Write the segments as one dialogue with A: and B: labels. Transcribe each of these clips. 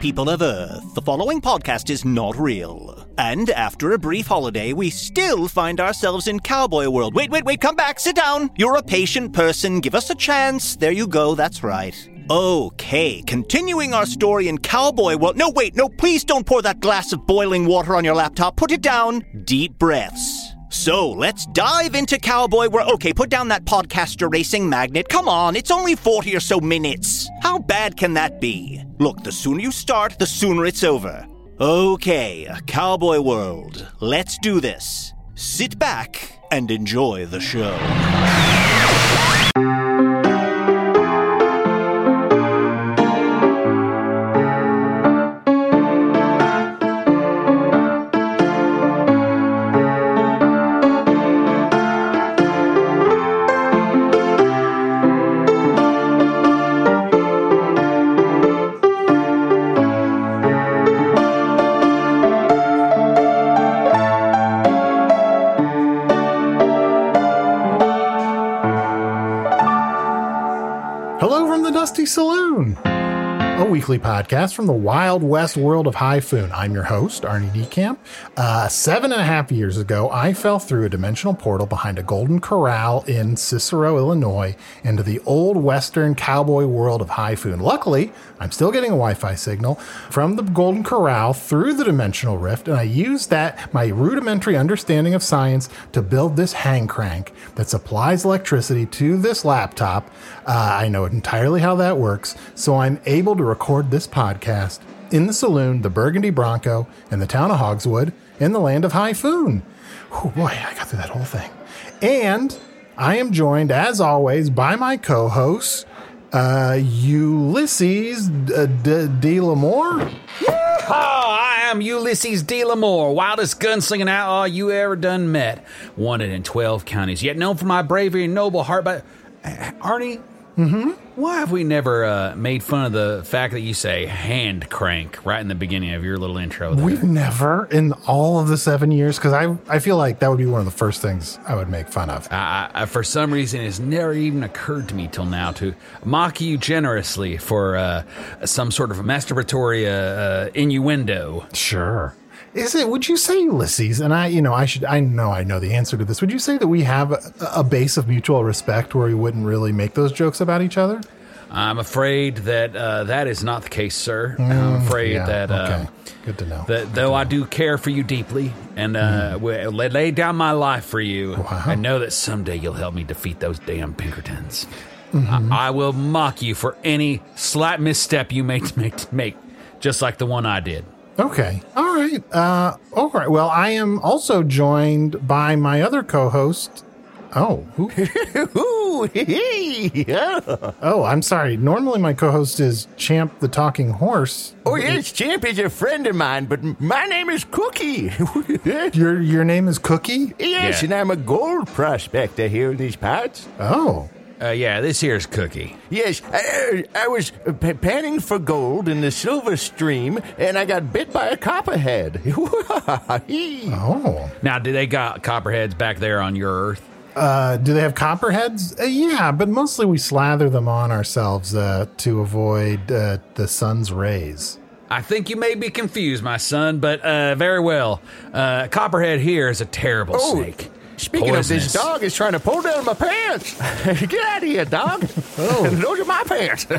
A: People of Earth, the following podcast is not real. And after a brief holiday, we still find ourselves in cowboy world. Wait, wait, wait, come back, sit down. You're a patient person, give us a chance. There you go, that's right. Okay, continuing our story in cowboy world. No, wait, no, please don't pour that glass of boiling water on your laptop. Put it down. Deep breaths. So let's dive into cowboy world. Okay, put down that podcaster racing magnet. Come on, it's only 40 or so minutes. How bad can that be? Look, the sooner you start, the sooner it's over. Okay, cowboy world. Let's do this. Sit back and enjoy the show.
B: Hello from the Dusty Saloon, a weekly podcast from the wild west world of Hyphoon. I'm your host, Arnie DeCamp. Uh, seven and a half years ago, I fell through a dimensional portal behind a golden corral in Cicero, Illinois, into the old western cowboy world of Hyphoon. Luckily, I'm still getting a Wi Fi signal from the golden corral through the dimensional rift, and I used that, my rudimentary understanding of science, to build this hang crank that supplies electricity to this laptop. Uh, I know entirely how that works, so I'm able to record this podcast in the saloon, the Burgundy Bronco, in the town of Hogswood, in the land of Hyphoon. Oh boy, I got through that whole thing. And I am joined, as always, by my co host, uh, Ulysses uh, De, De Lamore.
C: Oh, I am Ulysses D. Lamore, wildest gunslinging outlaw you ever done met. Wanted in 12 counties, yet known for my bravery and noble heart. But, Arnie, mm-hmm. why have we never uh, made fun of the fact that you say hand crank right in the beginning of your little intro? There?
B: We've never in all of the seven years, because I I feel like that would be one of the first things I would make fun of.
C: I, I, for some reason, it's never even occurred to me till now to mock you generously for uh, some sort of masturbatory uh, uh, innuendo.
B: Sure. Is it? Would you say Ulysses? And I, you know, I should. I know. I know the answer to this. Would you say that we have a, a base of mutual respect where we wouldn't really make those jokes about each other?
C: I'm afraid that uh, that is not the case, sir. I'm afraid
B: Mm, yeah,
C: that.
B: okay.
C: Uh,
B: Good to know. Mm.
C: That though I do care for you deeply and uh, wi- lay- lay down my life for you, I know that someday you'll help me defeat those damn Pinkertons.
B: Mm-hmm.
C: I-, I will mock you for any slight misstep you may make, make, just like the one I did.
B: Okay. All right. Uh, all right. Well, I am also joined by my other co-host. Oh, who? oh, I'm sorry. Normally, my co-host is Champ the Talking Horse.
D: Oh yes, Champ is a friend of mine, but m- my name is Cookie. yes,
B: Your your name is Cookie.
D: and I'm a gold prospector here in these parts.
B: Oh,
E: Uh, yeah, this here's Cookie.
D: Yes, I, I was p- panning for gold in the silver stream, and I got bit by a copperhead.
B: Oh.
E: Now, do they got copperheads back there on your Earth?
B: Uh, do they have copperheads? Uh, yeah, but mostly we slather them on ourselves uh, to avoid uh, the sun's rays.
E: I think you may be confused, my son, but uh, very well. Uh, copperhead here is a terrible
D: Oh,
E: snake.
D: Speaking of this
E: Poisonous.
D: dog is trying to pull down my pants. Get out of here, dog. Oh. Those are my pants.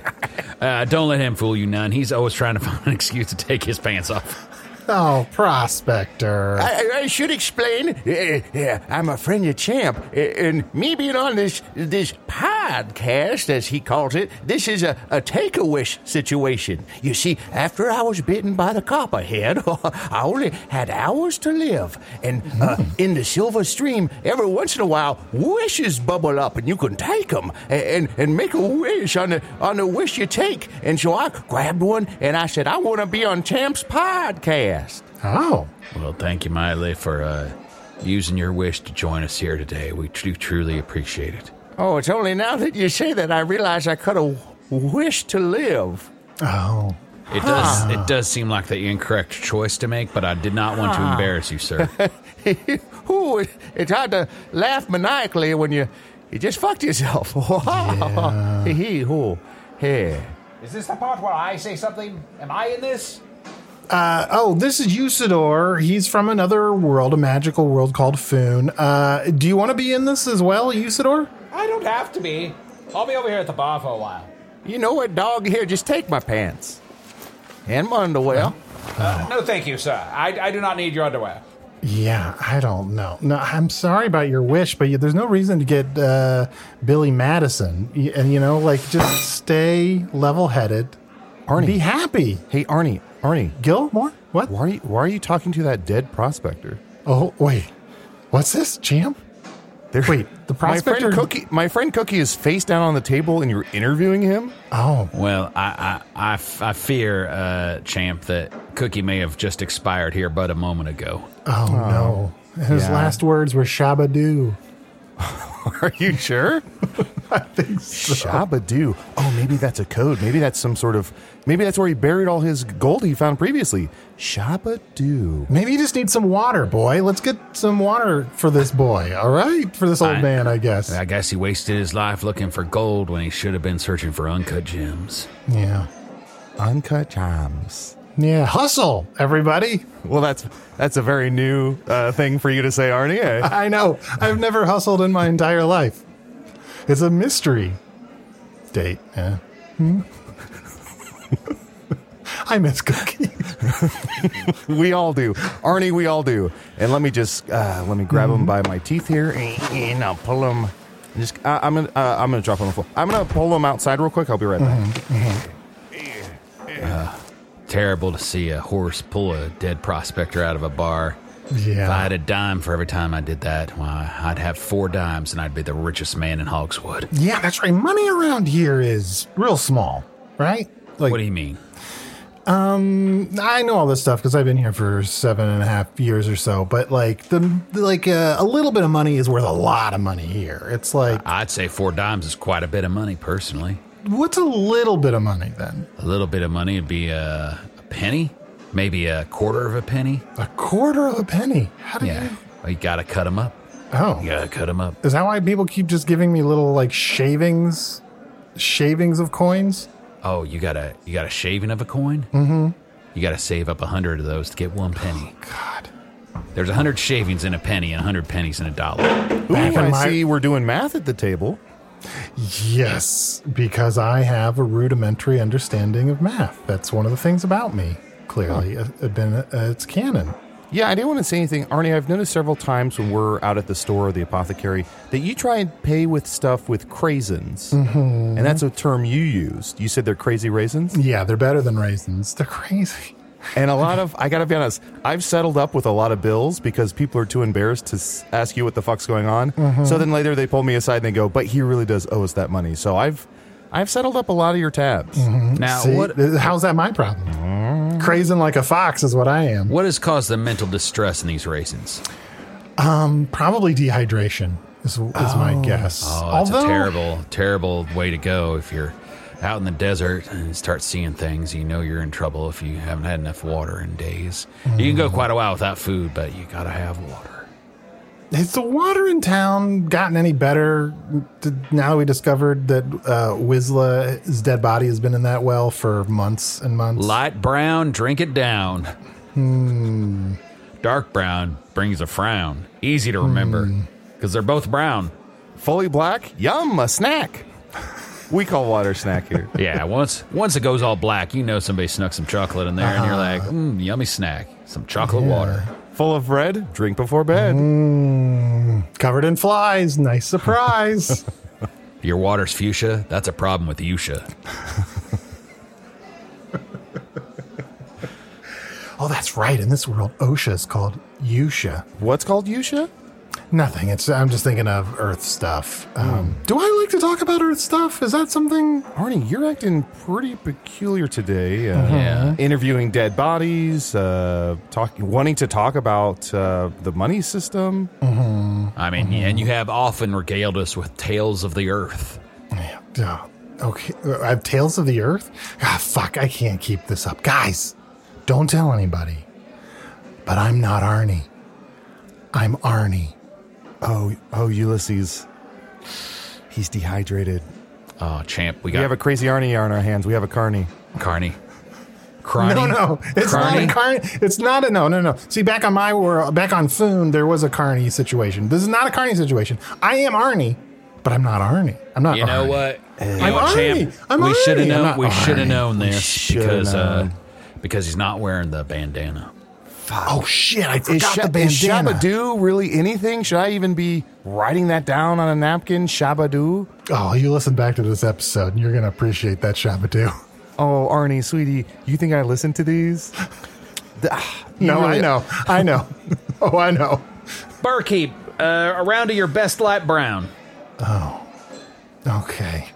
E: Uh, don't let him fool you, none. He's always trying to find an excuse to take his pants off.
B: Oh, prospector.
D: I, I should explain. Uh, uh, I'm a friend of Champ, uh, and me being on this this podcast, as he calls it, this is a, a take a wish situation. You see, after I was bitten by the copperhead, I only had hours to live, and uh, in the silver stream, every once in a while, wishes bubble up, and you can take them and and make a wish on the on the wish you take. And so I grabbed one, and I said, I want to be on Champ's podcast.
B: oh,
E: Well, thank you, Miley, for uh, using your wish to join us here today. We tr- truly appreciate it.
D: Oh, it's only now that you say that I realize I could have wished to live. Ah.
B: oh.
E: It does. It does seem like the incorrect choice to make, but I did not want to embarrass you, sir.
D: Ooh, it's hard to laugh maniacally when you you just fucked yourself. Hee hee hoo. Hey.
E: Is this the part where I say something? Am I in this?
B: Uh, oh, this is Usador. He's from another world, a magical world called Foon. Uh, do you want to be in this as well, Usador?
E: I don't have to be. I'll be over here at the bar for a while.
D: You know what, dog? Here, just take my pants and my underwear.
E: Uh, No, thank you, sir. I, I do not need your underwear.
B: Yeah, I don't know. No, I'm sorry about your wish, but you, there's no reason to get uh, Billy Madison. Y- And, you know, like, just stay level headed.
D: Arnie.
B: Be happy.
D: Hey, Arnie. Arnie.
B: Gilmore? What?
D: Why are, you, why are you talking to that dead prospector?
B: Oh, wait. What's this, champ?
D: There-
B: Wait, the prospector-
D: My friend, Cookie, my friend Cookie is face down on the table, and you're interviewing him.
B: Oh,
E: Well, I, I, I f- I fear, uh, champ, that Cookie may have just expired here but a moment ago. Uh,
B: oh, no. His
D: yeah.
B: last words were Shabadoo.
D: Are you sure? I think so. Shabadoo. Oh, maybe that's a code. Maybe that's some sort of. Maybe that's where he buried all his gold he found previously. Shabadoo.
B: Maybe you just need some water, boy. Let's get some water for this boy, all right? For this old
E: I-
B: man, I guess.
E: I guess he wasted his life looking for gold when he should have been searching for uncut gems.
B: yeah.
D: Uncut gems.
B: Yeah. Hustle, everybody.
D: Well, that's that's a very new uh, thing for you to say, Arnie. eh?
B: I know. I've never hustled in my entire life. It's a mystery. Date. Yeah. Hmm? I miss Cookie.
D: we all do, Arnie. We all do. And let me just uh, let me grab
B: Mm-hmm.
D: him by my teeth here, and I'll pull him. Just I I'm gonna uh, I'm gonna drop him on the floor. I'm gonna pull him outside real quick. I'll be right back.
B: Mm-hmm.
E: Uh, Terrible to see a horse pull a dead prospector out of a bar. If I
B: Yeah.
E: had a dime for every time I did that, why, I'd have four dimes and I'd be the richest man in Hogswood.
B: Yeah, that's right. Money around here is real small, right? Like, um,
E: What do you mean?
B: I know all this stuff because I've been here for seven and a half years or so. But like the like uh, a little bit of money is worth a lot of money here. It's like
E: I'd say four dimes is quite a bit of money, personally.
B: what's a little bit of money then?
E: A little bit of money would be uh, a penny, maybe a quarter of a penny.
B: A quarter of a penny. How do
E: Yeah,
B: you?
E: you gotta cut them up.
B: Oh,
E: You gotta cut them up.
B: is that why people keep just giving me little like shavings, shavings of coins?
E: Oh, you got a you got a shaving of a coin. Mm-hmm. You got to save up a hundred of those to get one penny.
B: Oh, God.
E: There's a hundred shavings in a penny and a hundred pennies in a dollar.
D: Ooh,
B: Back in
D: I
B: my-
D: see we're doing math at the table.
B: Yes, because I have a rudimentary understanding of math. That's one of the things about me. Clearly, Uh, uh, been uh, it's canon.
D: Yeah, I didn't want to say anything. Arnie, I've noticed several times when we're out at the store or the apothecary that you try and pay with stuff with craisins.
B: Mm-hmm.
D: And that's a term you used. You said they're crazy raisins.
B: Yeah, they're better than raisins. They're crazy.
D: And a lot of, I got to be honest, I've settled up with a lot of bills because people are too embarrassed to s- ask you what the fuck's going on.
B: Mm-hmm.
D: So then later they pull me aside and they go, but he really does owe us that money. So I've, I've settled up a lot of your tabs.
B: Mm.
E: Mm-hmm. Now,
B: See,
E: what
B: th- how's that my problem? Crazing like a fox is what I am.
E: what has caused the mental distress in these raisins?
B: Probably Um, dehydration. Is, is my guess.
E: Oh, that's a terrible, terrible way to go if you're out in the desert and start seeing things. You know you're in trouble if you haven't had enough water in days. You can go
B: Mm-hmm.
E: quite a while without food, but you gotta have water.
B: Has the water in town gotten any better d- now that we discovered that uh, Wizla's dead body has been in that well for months and months?
E: Light brown, drink it down.
F: Hmm.
E: Dark brown brings a frown. Easy to remember because they're both brown.
F: Hmm. Fully black? Yum, a snack. We call water snack here.
E: Yeah, once once it goes all black, you know somebody snuck some chocolate in there, and you're
F: Uh-huh.
E: like, mm, yummy snack, some chocolate water.
F: Full of bread? Drink before bed.
B: Mm, Covered in flies. Nice surprise.
E: Your water's fuchsia. That's a problem with fuchsia.
B: oh, that's right. In this world, OSHA is called Yusha.
F: What's called Yusha?
B: Nothing. It's. I'm just thinking of Earth stuff.
F: Hmm.
B: Um, Do I like to talk about Earth stuff? Is that something?
F: Arnie, you're acting pretty peculiar today. Uh,
B: Mm-hmm.
E: Yeah.
F: Interviewing dead bodies, uh, talk, wanting to talk about uh, the money system. Mm-hmm.
E: I mean, and you have often regaled us with tales of the earth.
B: Oh, okay. I have Tales of the Earth. Ah, fuck. I can't keep this up, guys. Don't tell anybody. But I'm not Arnie. I'm Arnie.
F: Oh, oh, Ulysses. He's dehydrated.
E: Oh, champ, we
F: We
E: got
F: have a crazy Arnie on our hands. We have a Carney.
E: Carney. Carney.
B: No, no, it's
E: Carney?
B: not a carney. It's not a no, no, no. See, back on my world, back on Foon, there was a carney situation. This is not a carney situation. I am Arnie, but I'm not Arnie. I'm not.
E: You know
B: Arnie.
E: what? You
B: I'm
E: know what,
B: Arnie. I'm
E: we should
B: Arnie.
E: have
B: I'm
E: known.
B: not
E: We should have
B: Arnie.
E: known
F: We
E: this
F: shoulda
E: because uh,
F: known.
E: because he's not wearing the bandana.
B: Oh shit! I forgot
F: Is, Sha-
B: the
F: is
B: bandana.
F: Shabadoo really anything? Should I even be writing that down on a napkin? Shabadoo?
B: oh, you listen back to this episode, and you're gonna appreciate that Shabadoo.
F: Oh, Arnie, sweetie, you think I listen to these? The- ah, you
B: No,
F: really-
B: I know, I know. oh, I know.
E: Barkeep, uh, around to your best light brown.
B: Okay.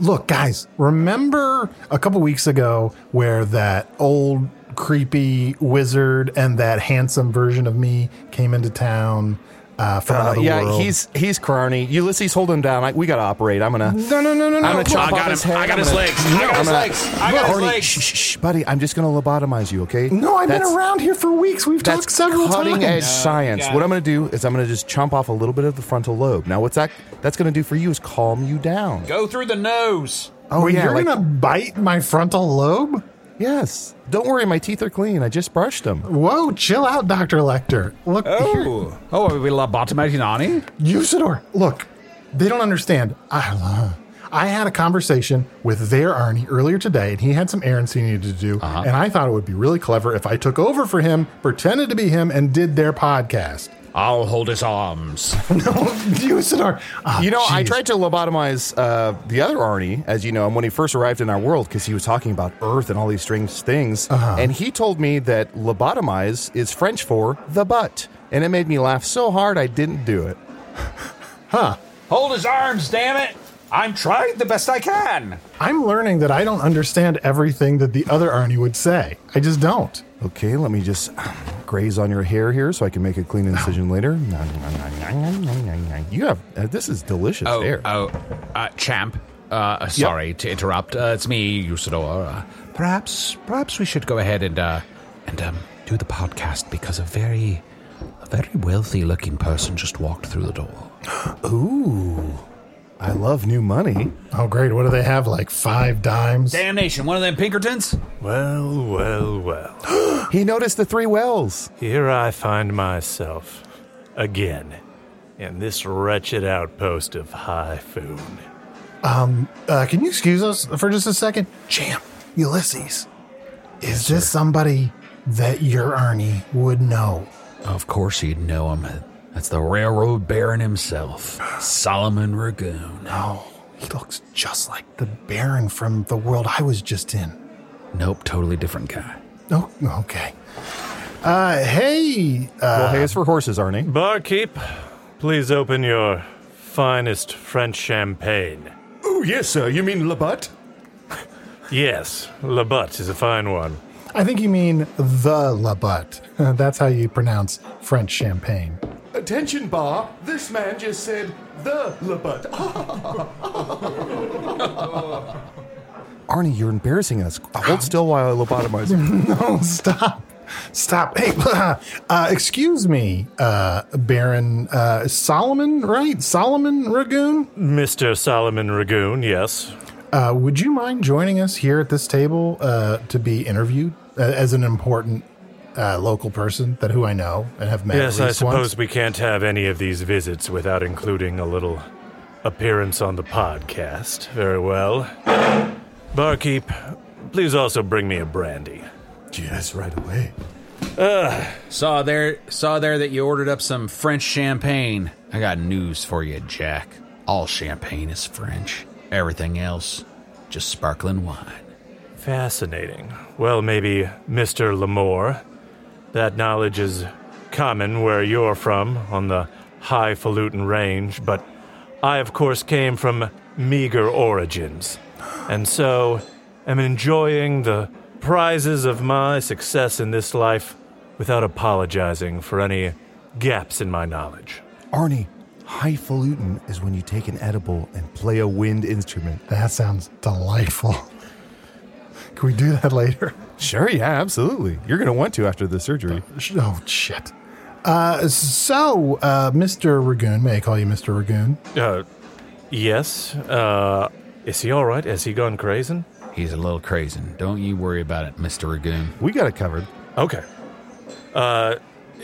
B: Look, guys, remember a couple weeks ago where that old creepy wizard and that handsome version of me came into town uh, from
F: Uh,
B: another
F: yeah,
B: world?
F: he's he's Carney. Ulysses, hold him down. I, we gotta operate. I'm gonna.
B: No, no, no, no,
F: I'm
B: no.
F: gonna chop
E: I got
F: off
E: him.
F: his head.
E: I got
F: I'm
E: his
F: gonna-
E: legs. I got
F: I'm
E: his
F: gonna-
E: legs. I got his
F: Arnie,
E: legs.
F: Shh, shh, shh, buddy. I'm just gonna lobotomize you, okay?
B: No, I've
F: That's-
B: been around here for weeks. We've
F: That's
B: talked several
F: cutting
B: times.
F: edge science. What I'm going to do is I'm going to just chomp off a little bit of the frontal lobe. Now, what's that? That's going to do for you is calm you down.
E: Go through the nose.
F: Oh
B: Wait,
F: yeah,
B: you're
F: like-
B: gonna bite my frontal lobe?
F: yes. Don't worry, my teeth are clean. I just brushed them.
B: Whoa, chill out, Doctor Lecter. Look, here,
E: Oh, oh, are we lobotomizing Ani?
B: Usador. Look, they don't understand. I, uh, I had a conversation with their Arnie earlier today, and he had some errands he needed to do,
F: Uh-huh.
B: and I thought it would be really clever if I took over for him, pretended to be him, and did their podcast.
E: I'll hold his arms.
B: Usador. Ah,
F: You know, I
B: jeez.
F: tried to lobotomize uh, the other Arnie, as you know, and when he first arrived in our world, because he was talking about Earth and all these strange things.
B: Uh-huh.
F: And he told me that lobotomize is French for the butt. And it made me laugh so hard I didn't do it.
E: Hold his arms, damn it! I'm trying the best I can.
B: I'm learning that I don't understand everything that the other Arnie would say. I just don't.
F: Okay, let me just graze on your hair here so I can make a clean incision later. You have uh, this is delicious
E: Oh,
F: hair.
E: oh, uh, champ. Uh, sorry to interrupt. Uh, it's me, Usador. Uh, perhaps, perhaps we should go ahead and uh, and um, do the podcast because a very, a very wealthy-looking person just walked through the door.
F: I love new money.
B: Oh, great. What do they have? Like five dimes?
E: Damnation! One of them Pinkertons.
G: Well, well, well.
F: He noticed the three wells.
G: Here I find myself again in this wretched outpost of Hyphoon.
B: Uh, can you excuse us for just a second? Champ, Ulysses, is this somebody that your Arnie would know?
E: Of course, you'd know him. That's the railroad baron himself, Solomon Ragoon.
B: Oh, he looks just like the Baron from the world I was just in.
E: Nope, totally different guy.
B: Oh, okay. Uh, hey, uh,
F: well, hey, it's for horses, Arnie.
G: Barkeep, please open your finest French champagne.
F: Oh yes, sir. You mean Labutt?
G: Yes, La Butte is a fine one.
B: I think you mean the La Butte. That's how you pronounce French champagne.
F: Attention, bar. This man just said the labut. Arnie, you're embarrassing us. Hold still while I lobotomize you.
B: no, stop. Stop. Hey, uh, excuse me, uh, Baron uh, Solomon, right? Solomon Ragoon?
G: Mr. Solomon Ragoon, yes.
B: Uh, would you mind joining us here at this table uh, to be interviewed uh, as an important uh, local person that who I know and have met? at
G: yes, I
B: least
G: suppose
B: once?
G: we can't have any of these visits without including a little appearance on the podcast. Very well. Barkeep, please also bring me a brandy.
F: Yes, right away.
E: Saw there, saw there that you ordered up some French champagne. I got news for you, Jack. All champagne is French. Everything else, just sparkling wine.
G: Fascinating. Well, maybe Mr. Lamore. That knowledge is common where you're from, on the highfalutin range, but I, of course, came from meager origins. And so am enjoying the prizes of my success in this life without apologizing for any gaps in my knowledge.
F: Arnie, highfalutin is when you take an edible and play a wind instrument.
B: That sounds delightful. Can we do that later?
F: Sure, yeah, absolutely. You're going to want to after the surgery.
B: Oh, shit. Uh, so, uh, Mr. Ragoon, may I call you Mr. Ragoon?
G: Uh, yes. Uh, is he all right? Has he gone crazing?
E: He's a little crazy. Don't you worry about it, Mister Ragoon.
F: We got it covered.
G: Okay. Uh,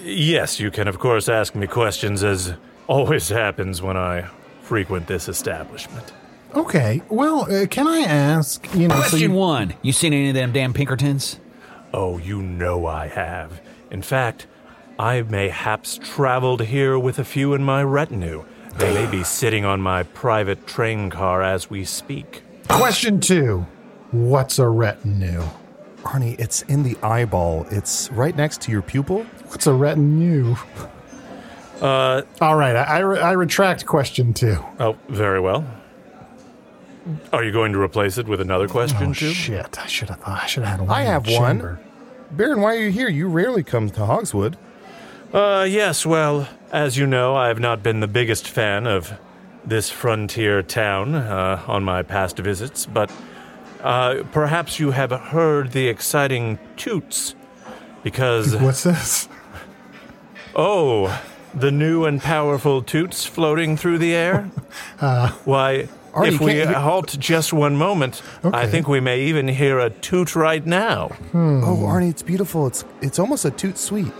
G: yes, you can, of course, ask me questions, as always happens when I frequent this establishment.
B: Okay. Well, uh, can I ask, you know, so
E: Question
B: you,
E: one: You seen any of them damn Pinkertons?
G: Oh, you know I have. In fact, I mayhaps traveled here with a few in my retinue. They may be sitting on my private train car as we speak.
B: question two, what's a retinue?
F: Arnie, it's in the eyeball. It's right next to your pupil.
B: What's a retinue?
G: Uh,
B: All right. I, I, re- I retract question two.
G: oh, very well. Are you going to replace it with another question,
B: Oh,
G: too?
B: shit. I should have thought. I should have had one.
F: I
B: in the
F: have one.
B: chamber.
F: Baron, why are you here? You rarely come to Hogswood.
G: Uh, yes, well, as you know, I have not been the biggest fan of this frontier town uh, on my past visits, but uh, perhaps you have heard the exciting toots because,
B: What's this?
G: oh, the new and powerful toots floating through the air?
B: Uh,
G: Why,
F: Artie,
G: if we
F: can't you-
G: halt just one moment, I
B: Okay.
G: think we may even hear a toot right now.
F: Oh, Arnie, it's beautiful. It's it's almost a toot sweet.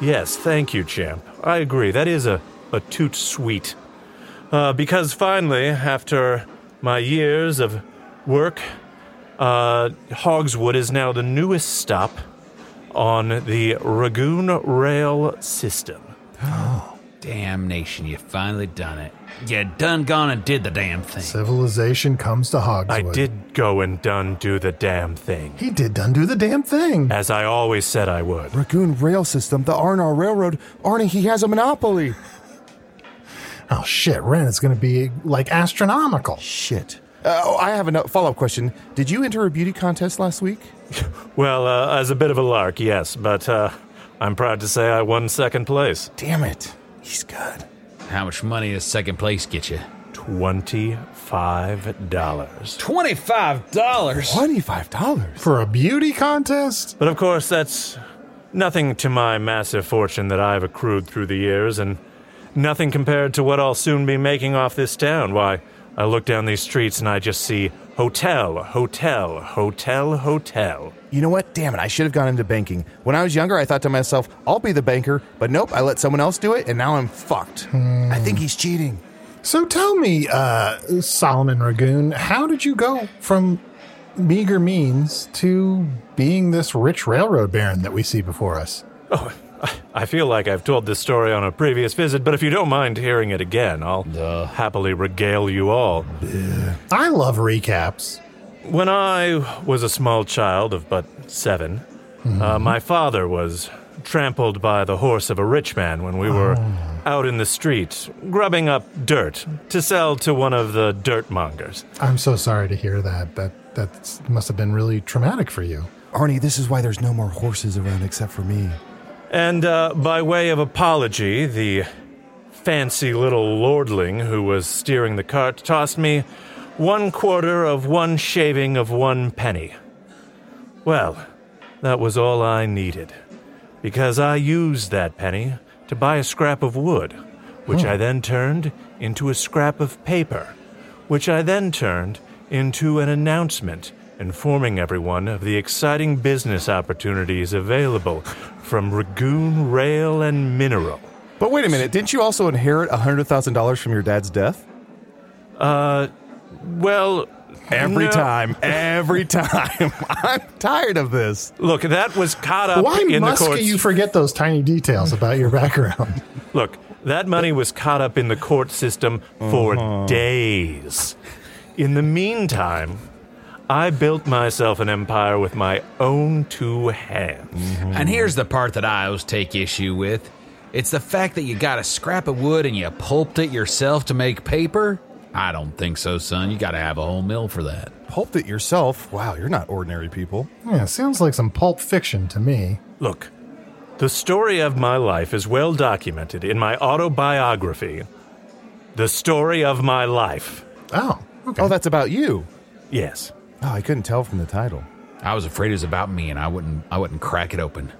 G: Yes, thank you, champ. I agree. That is a, a toot sweet. Uh, because finally, after my years of work, uh, Hogswood is now the newest stop on the Ragoon Rail system.
E: Damnation! You finally done it. You done gone and did the damn thing.
B: Civilization comes to Hogswood.
G: I did go and done do the damn thing,
B: He did done do the damn thing.
G: as I always said I would.
F: Ragoon Rail System, the R&R Railroad. Arnie, he has a monopoly.
B: Oh shit, Ren, it's gonna be like astronomical.
F: Shit. Uh, oh, I have a follow up question. Did you enter a beauty contest last week?
G: Well, uh, as a bit of a lark, yes, but uh, I'm proud to say I won second place.
F: Damn it. He's good.
E: How much money does second place get you?
G: $25.
E: Twenty-five dollars.
F: $25.
B: For a beauty contest?
G: But of course, that's nothing to my massive fortune that I've accrued through the years, and nothing compared to what I'll soon be making off this town. Why, I look down these streets and I just see hotel, hotel, hotel, hotel.
F: You know what? Damn it. I should have gone into banking. When I was younger, I thought to myself, I'll be the banker, but nope, I let someone else do it, and now I'm fucked. I think he's cheating.
B: Hmm. So tell me, uh, Solomon Ragoon, how did you go from meager means to being this rich railroad baron that we see before us?
G: Oh, I feel like I've told this story on a previous visit, but if you don't mind hearing it again, I'll happily regale you all.
B: I love recaps.
G: When I was a small child of but 7
B: Mm-hmm.
G: uh, my father was trampled by the horse of a rich man when we were
B: Oh.
G: out in the street grubbing up dirt to sell to one of the dirt mongers.
B: I'm so sorry to hear that. That that must have been really traumatic for you.
F: Arnie, this is why there's no more horses around except for me.
G: And uh, by way of apology, the fancy little lordling who was steering the cart tossed me one quarter of one shaving of one penny. Well, that was all I needed, because I used that penny to buy a scrap of wood, which I then turned into a scrap of paper, which I then turned into an announcement informing everyone of the exciting business opportunities available from Ragoon Rail and Mineral.
F: But wait a minute, didn't you also inherit $100,000 from your dad's death?
G: Uh, Well,
F: Every
G: no-
F: time, every time. I'm tired of this.
G: Look, that was caught up
B: Why
G: in the
B: must
G: courts.
B: you forget those tiny details about your background?
G: Look, that money was caught up in the court system for
F: Uh-huh.
G: days. In the meantime, I built myself an empire with my own two
F: Mm-hmm.
G: hands.
E: And here's the part that I always take issue with it's the fact that you got a scrap of wood and you pulped it yourself to make paper. I don't think so, son. You got to have a whole mill for that.
F: Pulped it yourself. Wow, you're not ordinary people.
B: yeah, sounds like some pulp fiction to me.
G: Look, the story of my life is well documented in my autobiography, The Story of My Life.
B: Oh, okay.
F: Oh, that's about you.
G: Yes.
F: Oh, I couldn't tell from the title.
E: I was afraid it was about me, and I wouldn't. I wouldn't crack it open.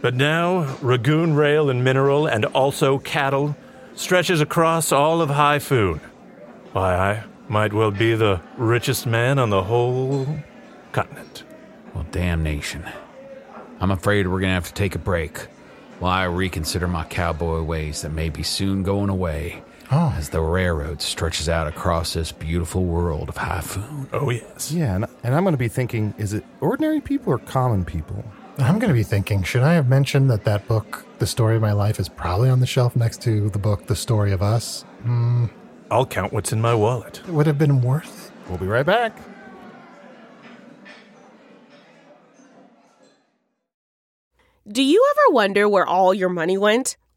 G: But now, Ragoon Rail and Mineral, and also cattle, stretches across all of Haiphun. Why, I might well be the richest man on the whole continent.
E: Well, damnation. I'm afraid we're gonna have to take a break while I reconsider my cowboy ways that may be soon going away
F: Oh.
E: as the railroad stretches out across this beautiful world of Haiphun.
G: Oh, yes.
F: Yeah, and, and I'm going to be thinking is it ordinary people or common people?
B: I'm going to be thinking, should I have mentioned that that book, The Story of My Life, is probably on the shelf next to the book, The Story of Us?
G: I'll count what's in my wallet.
B: It would have been worth it.
F: We'll be right back.
H: Do you ever wonder where all your money went?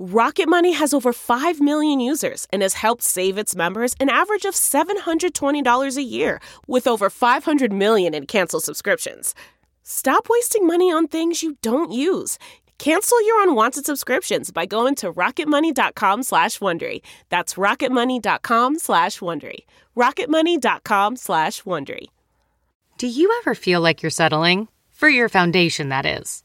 H: Rocket Money has over 5 million users and has helped save its members an average of $720 a year with over 500 million in canceled subscriptions. Stop wasting money on things you don't use. Cancel your unwanted subscriptions by going to rocketmoney.com slash Wondery. That's rocketmoney.com slash Wondery. rocketmoney.com slash Wondery.
I: Do you ever feel like you're settling? For your foundation, that is.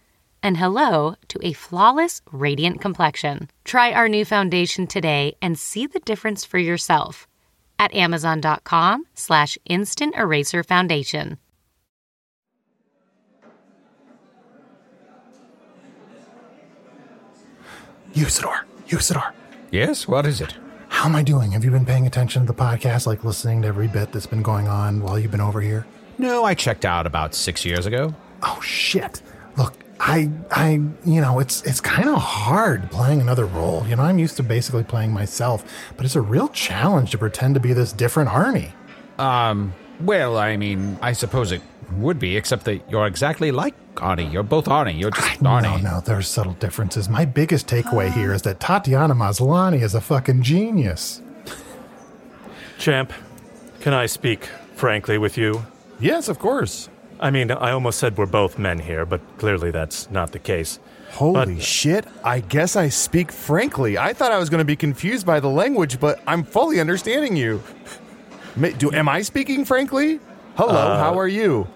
I: and hello to a flawless, radiant complexion. Try our new foundation today and see the difference for yourself at amazon.com slash instant eraser foundation.
B: Usador, Usador,
E: Yes, what is it?
B: how am I doing? Have you been paying attention to the podcast, like listening to every bit that's been going on while you've been over here?
E: No, I checked out about six years ago.
B: Oh shit! Look, I, I, you know, it's it's kind of hard playing another role. You know, I'm used to basically playing myself, but it's a real challenge to pretend to be this different Arnie.
E: Um, well, I mean, I suppose it would be, except that you're exactly like Arnie. You're both Arnie. You're
B: Ah.
E: just Arnie.
B: No, no, there's subtle differences. My biggest takeaway here is that Tatiana Maslany is a fucking genius.
G: Champ, can I speak frankly with you?
F: Yes, of course.
G: I mean, I almost said we're both men here, but clearly that's not the case.
F: Holy
G: But-
F: shit. I guess I speak frankly. I thought I was going to be confused by the language, but I'm fully understanding you. Ma- Do, am I speaking frankly? Hello,
G: Uh,
F: how are you?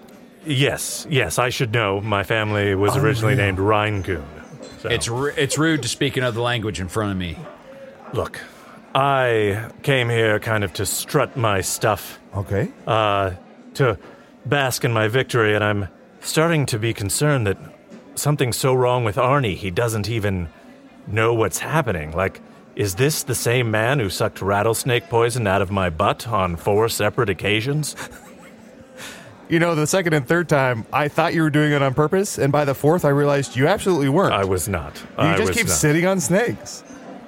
G: Yes, yes, I should know. My family was
F: Oh,
G: originally named Rheingoon. So,
E: It's ru- it's rude to speak another language in front of me.
G: look, I came here kind of to strut my stuff.
F: Okay.
G: Uh, to bask in my victory, and I'm starting to be concerned that something's so wrong with Arnie, he doesn't even know what's happening. Like, is this the same man who sucked rattlesnake poison out of my butt on four separate occasions?
F: You know, the second and third time, I thought you were doing it on purpose, and by the fourth, I realized you absolutely weren't.
G: I was not.
F: You
G: I
F: just
G: was
F: keep
G: not.
F: sitting on snakes.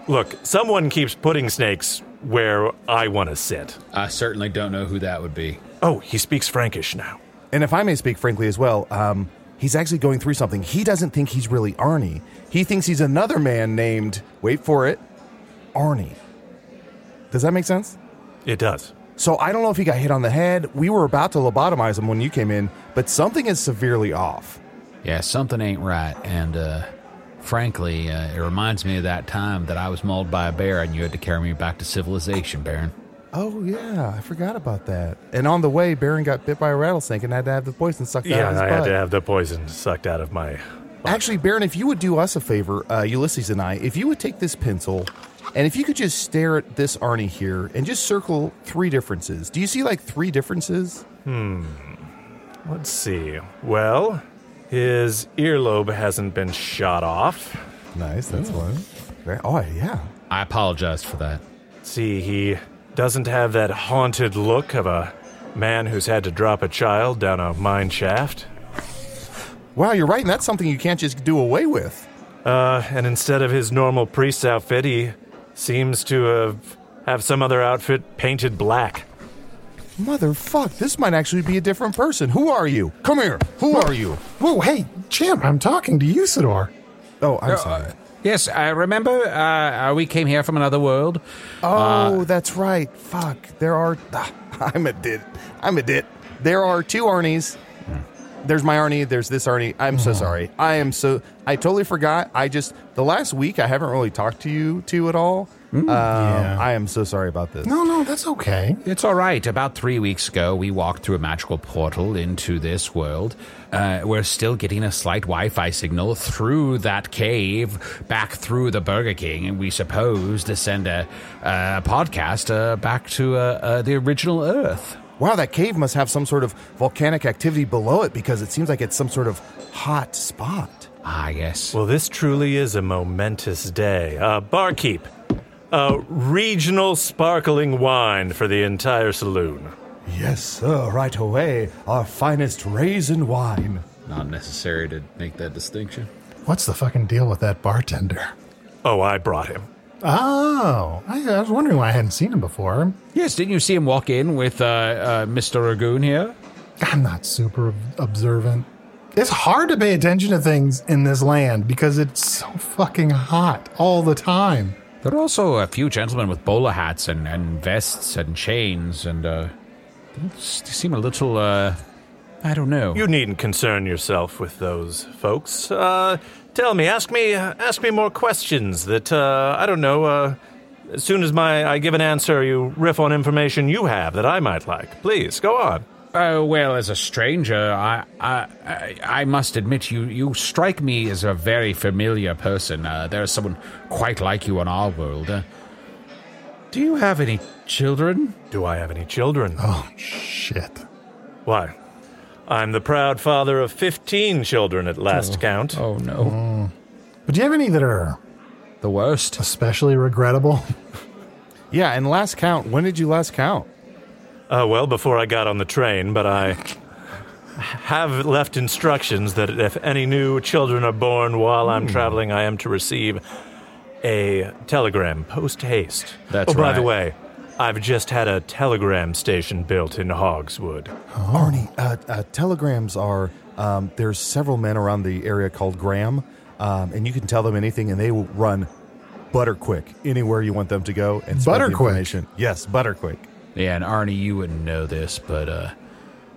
G: Look, someone keeps putting snakes where I want to sit.
E: I certainly don't know who that would be.
G: Oh, he speaks Frankish now.
F: And if I may speak frankly as well, um, he's actually going through something. He doesn't think he's really Arnie. He thinks he's another man named, wait for it, Arnie. Does that make sense?
G: It does.
F: So I don't know if he got hit on the head. We were about to lobotomize him when you came in, but something is severely off.
E: Yeah, something ain't right. And uh, frankly, uh, it reminds me of that time that I was mauled by a bear and you had to carry me back to civilization, Baron.
F: Oh, yeah, I forgot about that. And on the way, Baron got bit by a rattlesnake and had to have the poison sucked out
G: Yeah,
F: of
G: and
F: his
G: I
F: butt.
G: had to have the poison sucked out of my.
F: Actually, Baron, if you would do us a favor, uh, Ulysses and I, if you would take this pencil and if you could just stare at this Arnie here and just circle three differences. Do you see like three differences?
G: Hmm. Let's see. Well, his earlobe hasn't been shot off.
F: Nice, that's one. Oh, yeah.
E: I apologize for that.
G: See, he doesn't have that haunted look of a man who's had to drop a child down a mine shaft.
F: Wow, you're right. And that's something you can't just do away with.
G: Uh, and instead of his normal priest's outfit, he seems to have have some other outfit painted black.
F: Motherfuck, this might actually be a different person. Who are you? Come here. Who are you?
B: Whoa, hey, Champ, I'm talking to Usador.
F: Oh, I'm
E: Uh,
F: sorry.
E: Yes, I remember uh, uh, we came here from another world. Uh,
F: Oh, that's right. Fuck. There are. ah, I'm a dit. I'm a dit. There are two Arnies. There's my Arnie. There's this Arnie. I'm so sorry. I am so. I totally forgot. I just the last week I haven't really talked to you two at all. um, I am so sorry about this.
B: No, no, that's okay.
E: It's all right. About three weeks ago, we walked through a magical portal into this world. Uh, we're still getting a slight Wi Fi signal through that cave, back through the Burger King, and we suppose to send a, a podcast uh, back to uh, uh, the original Earth.
F: Wow, that cave must have some sort of volcanic activity below it because it seems like it's some sort of hot spot.
E: Ah, yes.
G: Well, this truly is a momentous day. Uh, barkeep, uh, regional sparkling wine for the entire saloon.
F: Yes, sir. Right away, our finest raisin wine.
E: Not necessary to make that distinction.
B: What's the fucking deal with that bartender?
G: Oh, I brought him.
B: Oh, I, I was wondering why I hadn't seen him before.
E: Yes, didn't you see him walk in with uh, uh, Mr. Ragoon here?
B: I'm not super ob- observant. It's hard to pay attention to things in this land because it's so fucking hot all the time.
E: There are also a few gentlemen with bowler hats and, and vests and chains, and uh, they don't s- they seem a little, uh, I don't know.
G: You needn't concern yourself with those folks. Uh, tell me, ask me, ask me more questions. That uh, I don't know. Uh, as soon as my I give an answer, you riff on information you have that I might like. Please go on.
E: Oh well, as a stranger, I I I, I must admit you you strike me as a very familiar person. Uh, there is someone quite like you on our world. Uh, do you have any children?
G: Do I have any children?
B: Oh, shit.
G: Why? I'm the proud father of fifteen children at last count.
E: Oh no,
B: Mm. But do you have any that are
E: the worst.
B: especially regrettable?
F: Yeah, and last count. When did you last count?
G: Uh, well, before I got on the train, but I have left instructions that if any new children are born while
E: Hmm.
G: I'm traveling, I am to receive a telegram post haste.
E: That's
G: oh, by the
E: right.
G: way, I've just had a telegram station built in Hogswood.
B: Oh.
F: Arnie, uh, uh, telegrams are um, there's several men around the area called Graham, um, and you can tell them anything, and they will run butter quick anywhere you want them to go. And spread the
B: Butter quick?
F: information. yes, butter quick.
E: Yeah, and Arnie, you wouldn't know this, but uh,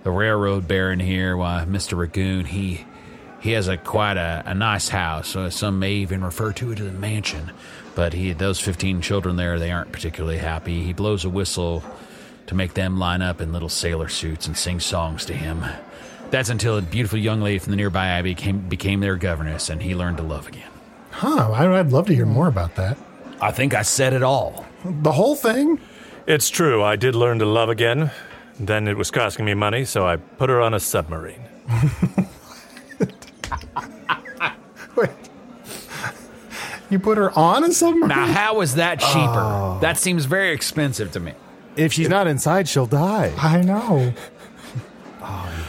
E: the railroad baron here, why, Mister Ragoon, he he has a quite a, a nice house. Uh, some may even refer to it as a mansion. But he those fifteen children there, they aren't particularly happy. He blows a whistle to make them line up in little sailor suits and sing songs to him. That's until a beautiful young lady from the nearby abbey came, became their governess, and he learned to love again.
B: Huh, I- I'd love to hear more about that.
E: I think I said it all.
B: The whole thing?
G: It's true, I did learn to love again. Then it was costing me money, so I put her on a submarine.
B: You put her on a submarine?
E: Now, how is that cheaper?
B: Oh.
E: That seems very expensive to me.
F: If she's not inside, she'll die.
B: I know.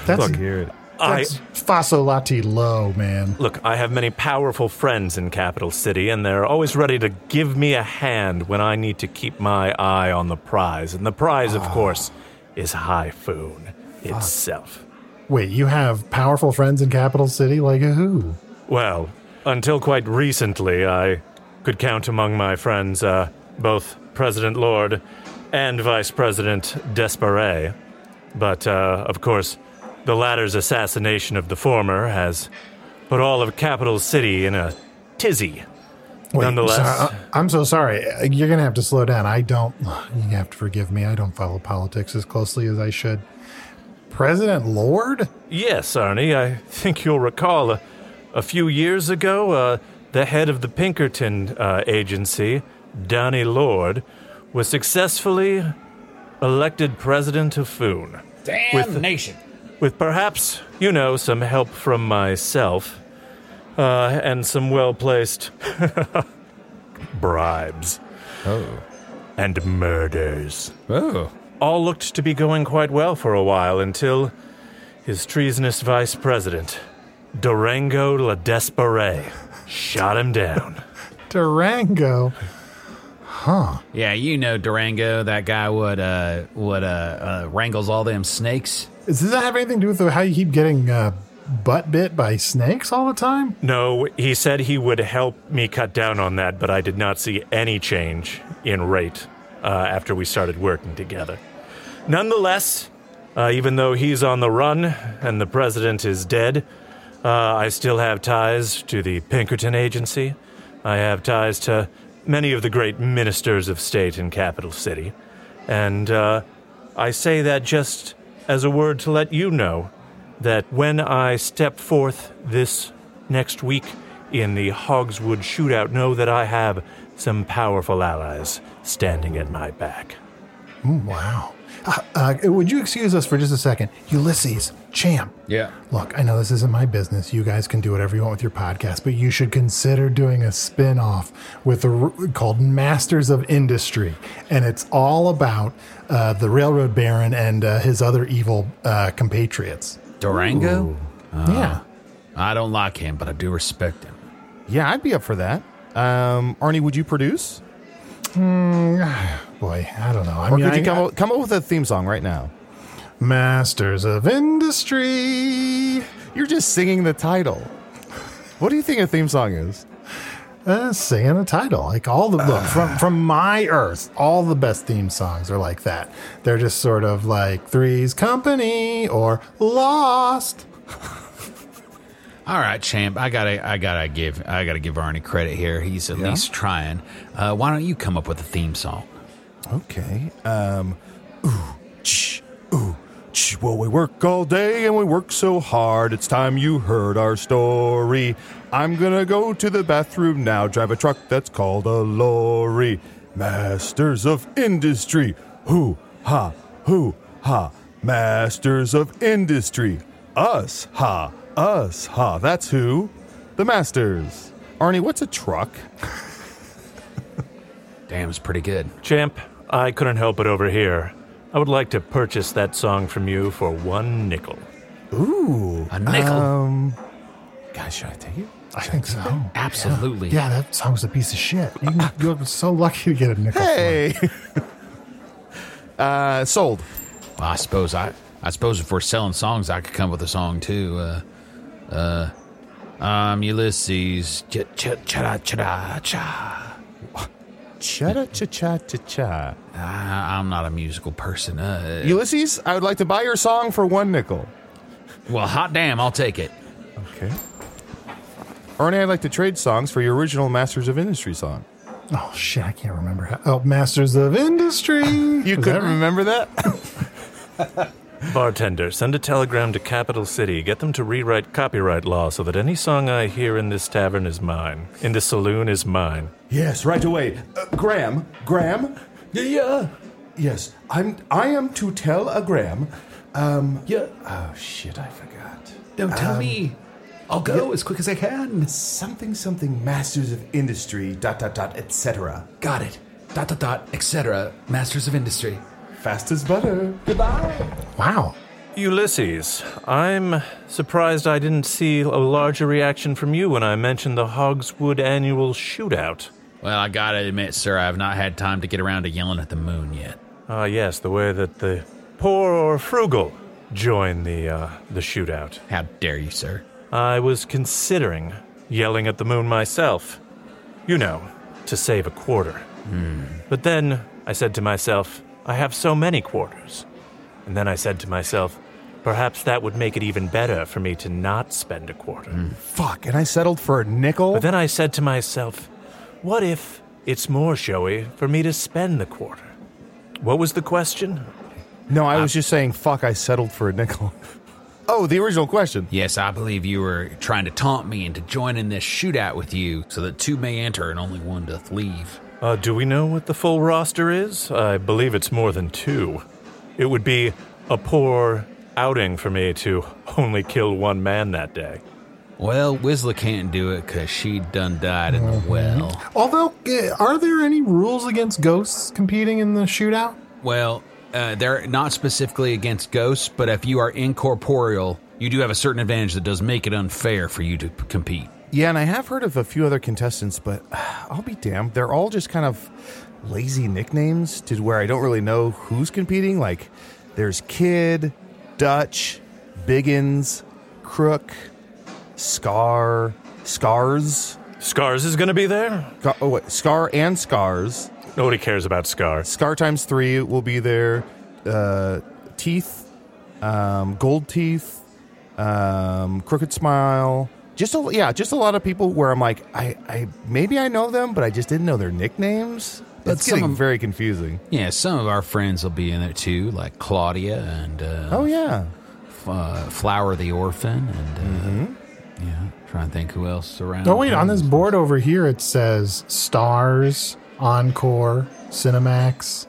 B: that's
F: Look, here.
G: I
B: that's Fasolati low, man.
G: look, I have many powerful friends in Capital City, and they're always ready to give me a hand when I need to keep my eye on the prize. And the prize, of course, is Hyphoon itself.
B: Wait, you have powerful friends in Capital City like who?
G: Well, until quite recently, I could count among my friends uh, both President Lord and Vice President Desparet. But, uh, of course, the latter's assassination of the former has put all of Capital City in a tizzy.
B: Wait, uh,
G: Nonetheless-
B: so- I- I'm so sorry. You're gonna have to slow down. I don't. You have to forgive me. I don't follow politics as closely as I should. President Lord?
G: Yes, Arnie, I think you'll recall a, a few years ago, uh, the head of the Pinkerton uh, agency, Donnie Lord, was successfully elected president of Foon.
E: Damnation.
G: With perhaps, you know, some help from myself uh, and some well placed bribes. Oh. And murders
E: Oh.
G: all looked to be going quite well for a while until his treasonous vice president, Durango La Desperet, shot him down.
B: Durango?
E: Yeah, you know Durango, that guy would uh would uh, uh wrangles all them snakes.
B: Does that have anything to do with how you keep getting uh, butt bit by snakes all the time?
G: No, he said he would help me cut down on that, but I did not see any change in rate uh, after we started working together. Nonetheless, uh, even though he's on the run and the president is dead, uh, I still have ties to the Pinkerton Agency. I have ties to many of the great ministers of state in Capital City. And uh, I say that just as a word to let you know that when I step forth this next week in the Hogswood shootout, know that I have some powerful allies standing at my back.
B: Mm, Wow. Uh, uh, would you excuse us for just a second? Ulysses, champ.
E: Yeah.
B: Look, I know this isn't my business. You guys can do whatever you want with your podcast, but you should consider doing a spin off with a, r- called Masters of Industry. And it's all about uh, the railroad baron and uh, his other evil uh, compatriots.
E: Durango? Uh,
B: yeah.
E: I don't like him, but I do respect him.
F: Yeah, I'd be up for that. Um, Arnie, would you produce?
B: Boy, Hmm, I don't know. I
F: Or
B: mean,
F: could
B: I,
F: you come up, come up with a theme song right now?
B: Masters of Industry.
F: You're just singing the title. What do you think a theme song is?
B: Uh, singing the title, like all the look from from my earth, all the best theme songs are like that. They're just sort of like Three's Company or Lost.
E: All right, champ. I gotta, I gotta give, I gotta give Arnie credit here. He's at least trying. Uh, why don't you come up with a theme song?
F: Okay. Um, ooh, ch, ooh, ch. Well, we work all day and we work so hard. It's time you heard our story. I'm gonna go to the bathroom now. Drive a truck that's called a lorry. Masters of industry. Hoo ha, hoo ha. Masters of industry. Us ha, us ha. That's who. The masters. Arnie, what's a truck?
E: Damn, it's pretty good.
G: Champ, I couldn't help but overhear. I would like to purchase that song from you for one nickel.
F: Ooh.
E: A nickel,
F: Um, guys, should I take it?
B: I think so.
E: absolutely.
B: Yeah, that song was a piece of shit. You, you're so lucky to get a nickel. for it.
F: Hey. uh, sold.
E: Well, I suppose I, I suppose if we're selling songs, I could come up with a song too. Uh, uh, um, Ulysses. Ch- ch- cha cha cha.
F: Cha cha cha cha cha.
E: I- I'm not a musical person. Uh,
F: Ulysses, I would like to buy your song for one nickel.
E: well, hot damn, I'll take it.
F: Okay. Arnie, I'd like to trade songs for your original Masters of Industry song.
B: Oh shit, I can't remember. How, oh, Masters of Industry.
F: You
B: Is
F: couldn't
B: that right?
F: remember that?
G: Bartender, send a telegram to Capital City. Get them to rewrite copyright law so that any song I hear in this tavern is mine, in this saloon is mine.
F: Yes, right away. Uh, Graham, Graham, yeah, yes. I'm. I am to tell a Graham. Um, yeah. Oh shit! I forgot.
C: No, tell me.
F: I'll go as quick as I can. Something, something. Masters of industry. Dot dot dot. Etc.
C: Got it. Dot dot dot, etc. Masters of Industry.
F: Fast as butter. Goodbye.
B: Wow.
G: Ulysses, I'm surprised I didn't see a larger reaction from you when I mentioned the Hogswood annual shootout.
E: Well, I gotta admit, sir, I have not had time to get around to yelling at the moon yet.
G: Ah, yes, the way that the poor or frugal join the uh, the shootout.
E: How dare you, sir?
G: I was considering yelling at the moon myself, you know, to save a quarter.
E: Hmm.
G: But then I said to myself, I have so many quarters. And then I said to myself, perhaps that would make it even better for me to not spend a quarter.
E: Hmm.
F: Fuck. And I settled for a nickel.
G: But then I said to myself, what if it's more showy for me to spend the quarter? What was the question? Ah.
F: No, I was just saying. Fuck. I settled for a nickel. Oh, the original question.
E: Yes, I believe you were trying to taunt me into joining this shootout with you so that two may enter and only one doth leave.
G: Uh, do we know what the full roster is? I believe it's more than two. It would be a poor outing for me to only kill one man that day.
E: Well, Whistler can't do it because she done died in the well.
B: Although, eh, are there any rules against ghosts competing in the shootout?
E: Well, uh, they're not specifically against ghosts, but if you are incorporeal, you do have a certain advantage that does make it unfair for you to p- compete.
F: Yeah, and I have heard of a few other contestants, but I'll be damned. They're all just kind of lazy nicknames to where I don't really know who's competing. Like, there's Kid, Dutch, Biggins, Crook, Scar, Scars.
G: Scars is going to be there?
F: Scar, oh, wait, Scar and Scars.
G: Nobody cares about Scar.
F: Scar times three will be there. Uh, teeth, um, gold teeth, um, crooked smile. Just a, yeah, just a lot of people where I'm like, I, I maybe I know them, but I just didn't know their nicknames.
E: But
F: That's
E: some
F: getting
E: of-
F: very confusing.
E: Yeah, some of our friends will be in it too, like Claudia and uh,
F: Oh yeah,
E: F- uh, Flower the Orphan, and uh,
F: Mm-hmm.
E: yeah, trying to think who else around.
B: Oh, wait, on this board over here, it says Stars, Encore, Cinemax.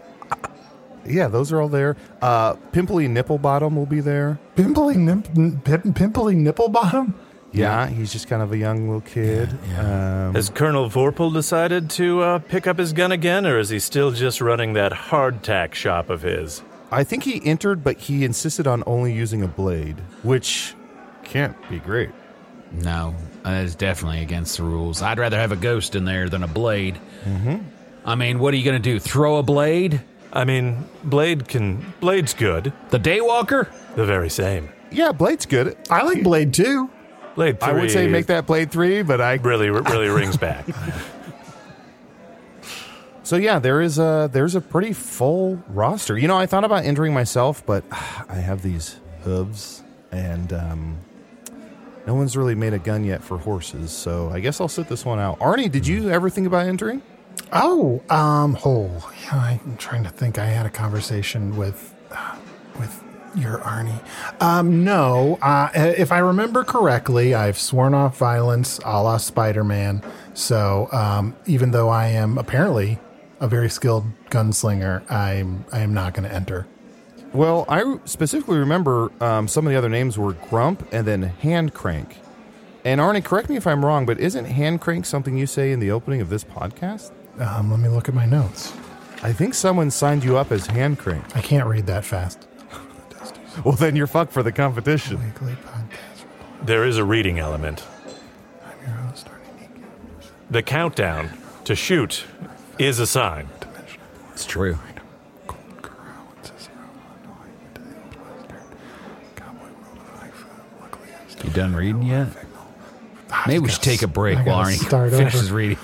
F: yeah, those are all there. Uh, Pimply nipple bottom will be there.
B: Pimply, nip, n- pim- pimply nipple bottom?
F: Yeah, he's just kind of a young little kid. Um,
G: Has Colonel Vorpal decided to uh, pick up his gun again, or is he still just running that hardtack shop of his?
F: I think he entered, but he insisted on only using a blade, which can't be great.
E: No, that is definitely against the rules. I'd rather have a ghost in there than a blade. Mm-hmm. I mean, what are you going to do? Throw a blade?
G: I mean, Blade can. Blade's good.
E: The Daywalker?
G: The very same.
F: Yeah, blade's good.
B: I like Blade too.
G: Blade 3.
F: I would say make that blade three, but I
G: Really, really rings back.
F: So yeah, there is a there's a pretty full roster. You know, I thought about entering myself, but ah, I have these hooves, and um, no one's really made a gun yet for horses. So I guess I'll sit this one out. Arnie, did you ever think about entering?
B: Oh, um, oh, yeah, I'm trying to think. I had a conversation with, uh, with your Arnie. Um, no, uh, if I remember correctly, I've sworn off violence a la Spider Man. So, um, even though I am apparently a very skilled gunslinger, I'm, I am not going to enter.
F: Well, I specifically remember um, some of the other names were Grump and then Hand Crank. And Arnie, correct me if I'm wrong, but isn't Hand Crank something you say in the opening of this podcast?
B: Um, let me look at my notes.
F: I think someone signed you up as Hand Crank.
B: I can't read that fast.
F: Well, then you're fucked for the competition.
B: Weekly podcast.
G: there is a reading element.
B: I'm your host, Arnie Neek.
G: The countdown to shoot is a sign.
E: It's true.
B: Cold Corral in Cicero, Illinois, into the old western cowboy world of iPhone. Luckily, I'm still
E: You done reading yet?
B: Ah,
E: Maybe we
B: I
E: should
B: gotta
E: take a
B: s-
E: break
B: I
E: while
B: gotta
E: Arnie
B: start
E: finishes
B: over.
E: reading.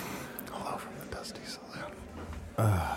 B: Hello from the Dusty Saloon.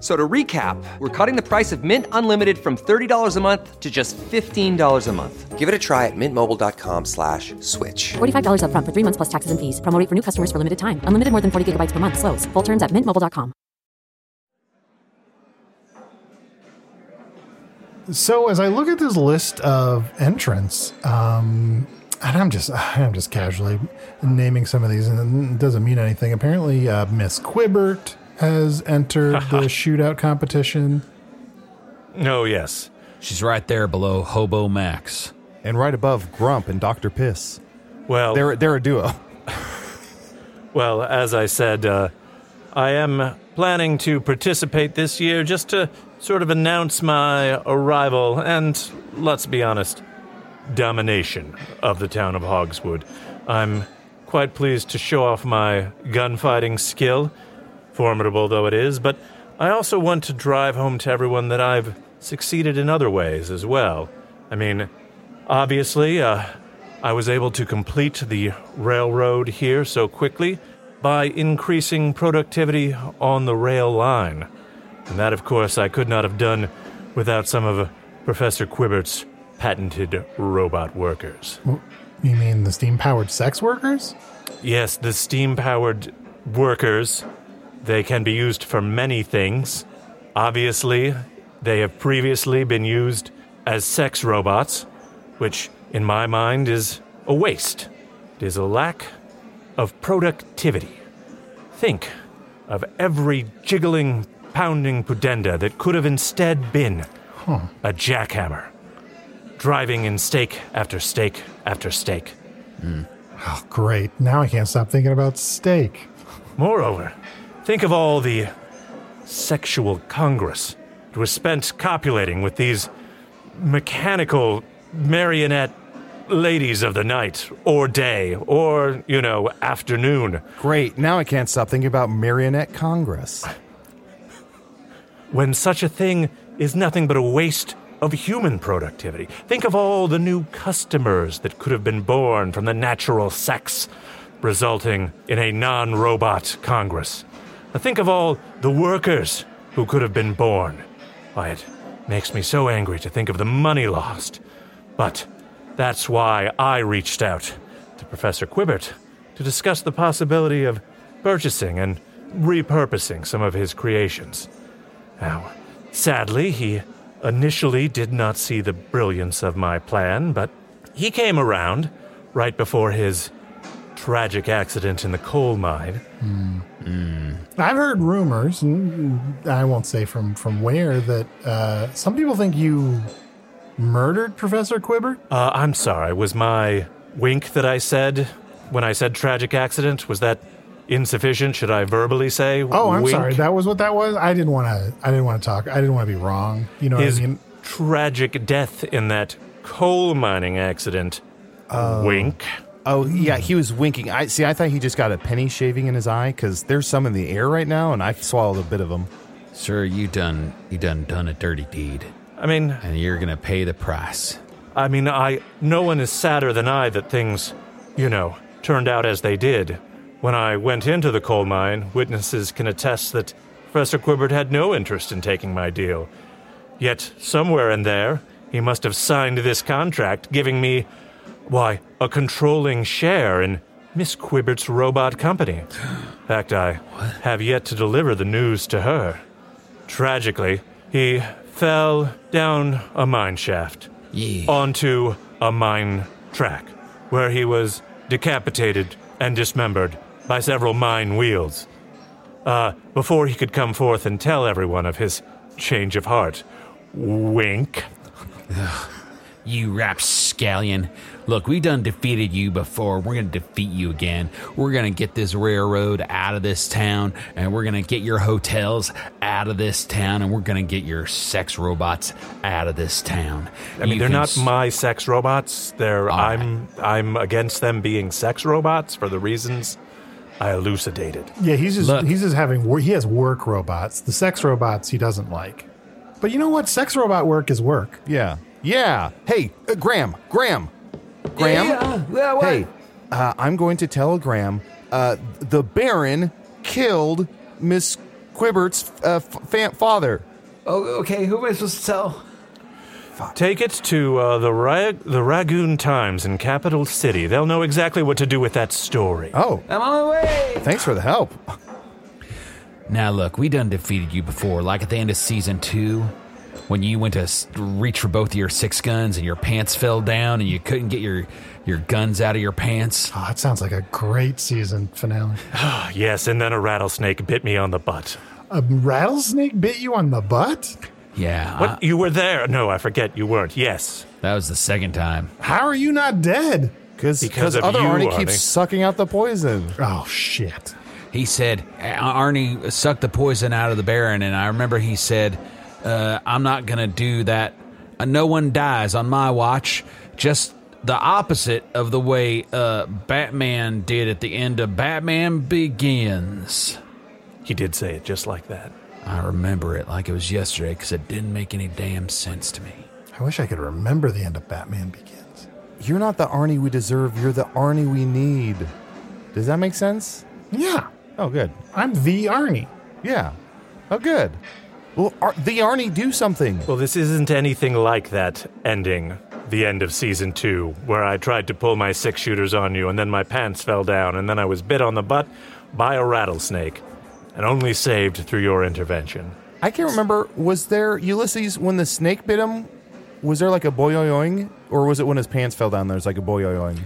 J: So to recap, we're cutting the price of Mint Unlimited from $30 a month to just $15 a month. Give it a try at mintmobile.com slash switch.
K: $45 upfront for three months plus taxes and fees. Promo rate for new customers for limited time. Unlimited more than 40 gigabytes per month. Slows. Full terms at mintmobile.com.
B: So as I look at this list of entrants, um, and I'm just I'm just casually naming some of these, and it doesn't mean anything. Apparently, uh, Miss Quibbert has entered the shootout competition.
E: Oh, yes. She's right there below Hobo Max.
F: And right above Grump and Dr. Piss.
G: Well,
F: they're, they're a duo.
G: Well, as I said, uh, I am planning to participate this year just to sort of announce my arrival and, let's be honest, domination of the town of Hogswood. I'm quite pleased to show off my gunfighting skill, formidable though it is, but I also want to drive home to everyone that I've succeeded in other ways as well. I mean, obviously, uh, I was able to complete the railroad here so quickly by increasing productivity on the rail line. And that, of course, I could not have done without some of Professor Quibbert's patented robot workers.
B: You mean the steam powered sex workers?
G: Yes, the steam powered workers, they can be used for many things. Obviously, they have previously been used as sex robots, which in my mind is a waste. It is a lack of productivity. Think of every jiggling, pounding pudenda that could have instead been a jackhammer, driving in stake after stake after stake.
B: Oh, great! Now I can't stop thinking about steak.
G: Moreover, think of all the sexual congress it was spent copulating with these mechanical marionette ladies of the night, or day, or, you know, afternoon.
F: Great. Now I can't stop thinking about Marionette Congress.
G: when such a thing is nothing but a waste of human productivity. Think of all the new customers that could have been born from the natural sex, resulting in a non robot Congress. And think of all the workers who could have been born. Why, it makes me so angry to think of the money lost. But that's why I reached out to Professor Quibbert to discuss the possibility of purchasing and repurposing some of his creations. Now, sadly, he initially did not see the brilliance of my plan, but he came around right before his tragic accident in the coal mine.
B: I've heard rumors, and I won't say from from where, that uh, some people think you murdered Professor Quibbert.
G: Uh, I'm sorry, was my wink that I said when I said tragic accident, was that insufficient? Should I verbally say?
B: Oh, I'm
G: wink?
B: sorry. That was what that was. I didn't want to. I didn't want to talk. I didn't want to be wrong. You know
G: His
B: what I mean?
G: tragic death in that coal mining accident. wink.
F: Oh yeah, he was winking. I see. I thought he just got a penny shaving in his eye because there's some in the air right now, and I swallowed a bit of them.
E: Sir, you done you done done a dirty deed.
G: I mean,
E: and you're gonna pay the price.
G: I mean, I no one is sadder than I that things, you know, turned out as they did. When I went into the coal mine, witnesses can attest that Professor Quibbert had no interest in taking my deal. Yet somewhere in there, he must have signed this contract, giving me, why, a controlling share in Miss Quibbert's robot company. In fact, I have yet to deliver the news to her. Tragically, he fell down a mine shaft onto a mine track, where he was decapitated and dismembered by several mine wheels. Uh, before he could come forth and tell everyone of his change of heart. Wink.
E: You rapscallion. Look, we done defeated you before. We're going to defeat you again. We're going to get this railroad out of this town, and we're going to get your hotels out of this town, and we're going to get your sex robots out of this town.
G: I mean,
E: You
G: they're
E: can
G: not
E: s-
G: my sex robots. They're I'm I'm against them being sex robots for the reasons I elucidated.
B: Yeah, he's just
G: Look.
B: he's just having wor- he has work robots. The sex robots he doesn't like. But you know what? Sex robot work is work.
F: Yeah. Yeah. Hey, uh, Graham. Graham. Graham.
B: Yeah, yeah, what?
F: Hey, uh, I'm going to tell Graham uh, the Baron killed Miss Quibbert's uh, f- fa- father.
C: Oh, okay. Who am I supposed to tell?
G: Take it to uh, the rag- the Ragoon Times in Capital City. They'll know exactly what to do with that story.
F: Oh,
C: I'm on my way.
F: Thanks for the help.
E: Now, look, we done defeated you before, like at the end of season two, when you went to s- reach for both of your six guns and your pants fell down and you couldn't get your, your guns out of your pants.
B: Oh, that sounds like a great season finale.
G: Ah, Yes, and then a rattlesnake bit me on the butt.
B: A rattlesnake bit you on the butt?
E: Yeah. uh
G: What? you were there? No, I forget. You weren't. Yes.
E: That was the second time.
B: How are you not dead?
G: Because of
F: other
G: you,
F: Arnie
G: Arnie.
F: keeps sucking out the poison.
B: Oh shit.
E: He said, Ar- Arnie sucked the poison out of the Baron, and I remember he said, uh, I'm not going to do that. Uh, No one dies on my watch. Just the opposite of the way uh, Batman did at the end of Batman Begins.
G: He did say it just like that.
E: I remember it like it was yesterday because it didn't make any damn sense to me.
B: I wish I could remember the end of Batman Begins.
F: You're not the Arnie we deserve. You're the Arnie we need. Does that make sense?
B: Yeah.
F: Oh, good.
B: I'm the Arnie.
F: Yeah. Oh, good. Well, Ar- the Arnie do something.
G: Well, this isn't anything like that ending, the end of season two, where I tried to pull my six shooters on you, and then my pants fell down, and then I was bit on the butt by a rattlesnake, and only saved through your intervention.
F: I can't remember. Was there Ulysses when the snake bit him? Was there like a boyoyoing, or was it when his pants fell down? There's like a boyoyoing.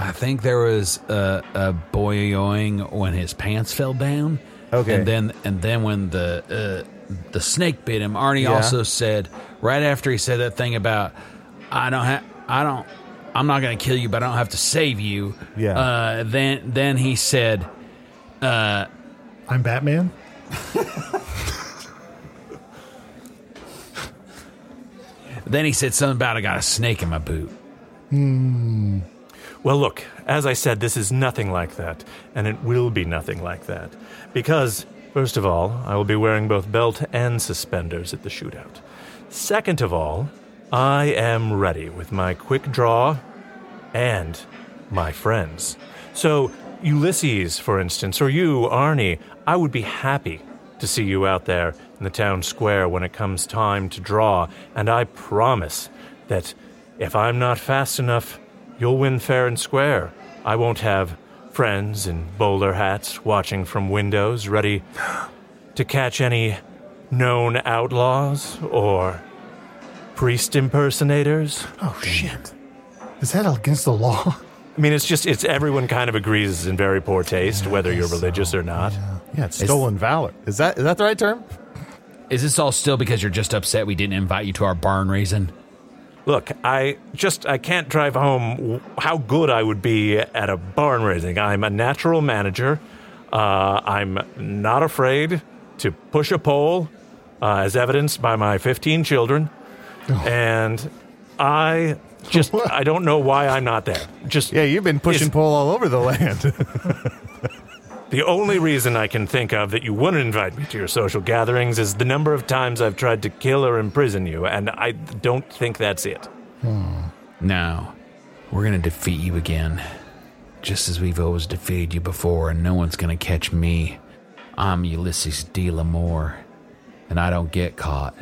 E: I think there was a, a boyoing when his pants fell down.
F: Okay.
E: And then and then when the uh, the snake bit him, Arnie
F: Yeah.
E: also said right after he said that thing about I don't have I don't I'm not going to kill you, but I don't have to save you.
F: Yeah.
E: Uh, then then he said, uh,
B: I'm Batman.
E: then he said something about I got a snake in my boot.
B: Hmm.
G: Well, look, as I said, this is nothing like that, and it will be nothing like that. Because, first of all, I will be wearing both belt and suspenders at the shootout. Second of all, I am ready with my quick draw and my friends. So, Ulysses, for instance, or you, Arnie, I would be happy to see you out there in the town square when it comes time to draw, and I promise that if I'm not fast enough, you'll win fair and square. I won't have friends in bowler hats watching from windows ready to catch any known outlaws or priest impersonators.
B: Oh shit. Is that against the law?
G: I mean, it's just it's everyone kind of agrees it's in very poor taste, whether you're religious or not.
F: Yeah, it's stolen valor. Is that is that the right term?
E: Is this all still because you're just upset we didn't invite you to our barn raising?
G: Look, I just I can't drive home w- how good I would be at a barn raising. I'm a natural manager. Uh, I'm not afraid to push a pole, uh, as evidenced by my 15 children,
F: Oh.
G: and I just I don't know why I'm not there. Just
F: Yeah, you've been pushing
G: Is-
F: pole all over the land.
G: The only reason I can think of that you wouldn't invite me to your social gatherings is the number of times I've tried to kill or imprison you, and I don't think that's it.
F: Hmm.
E: No, we're gonna defeat you again, just as we've always defeated you before, and no one's gonna catch me. I'm Ulysses D. Lamore, and I don't get caught.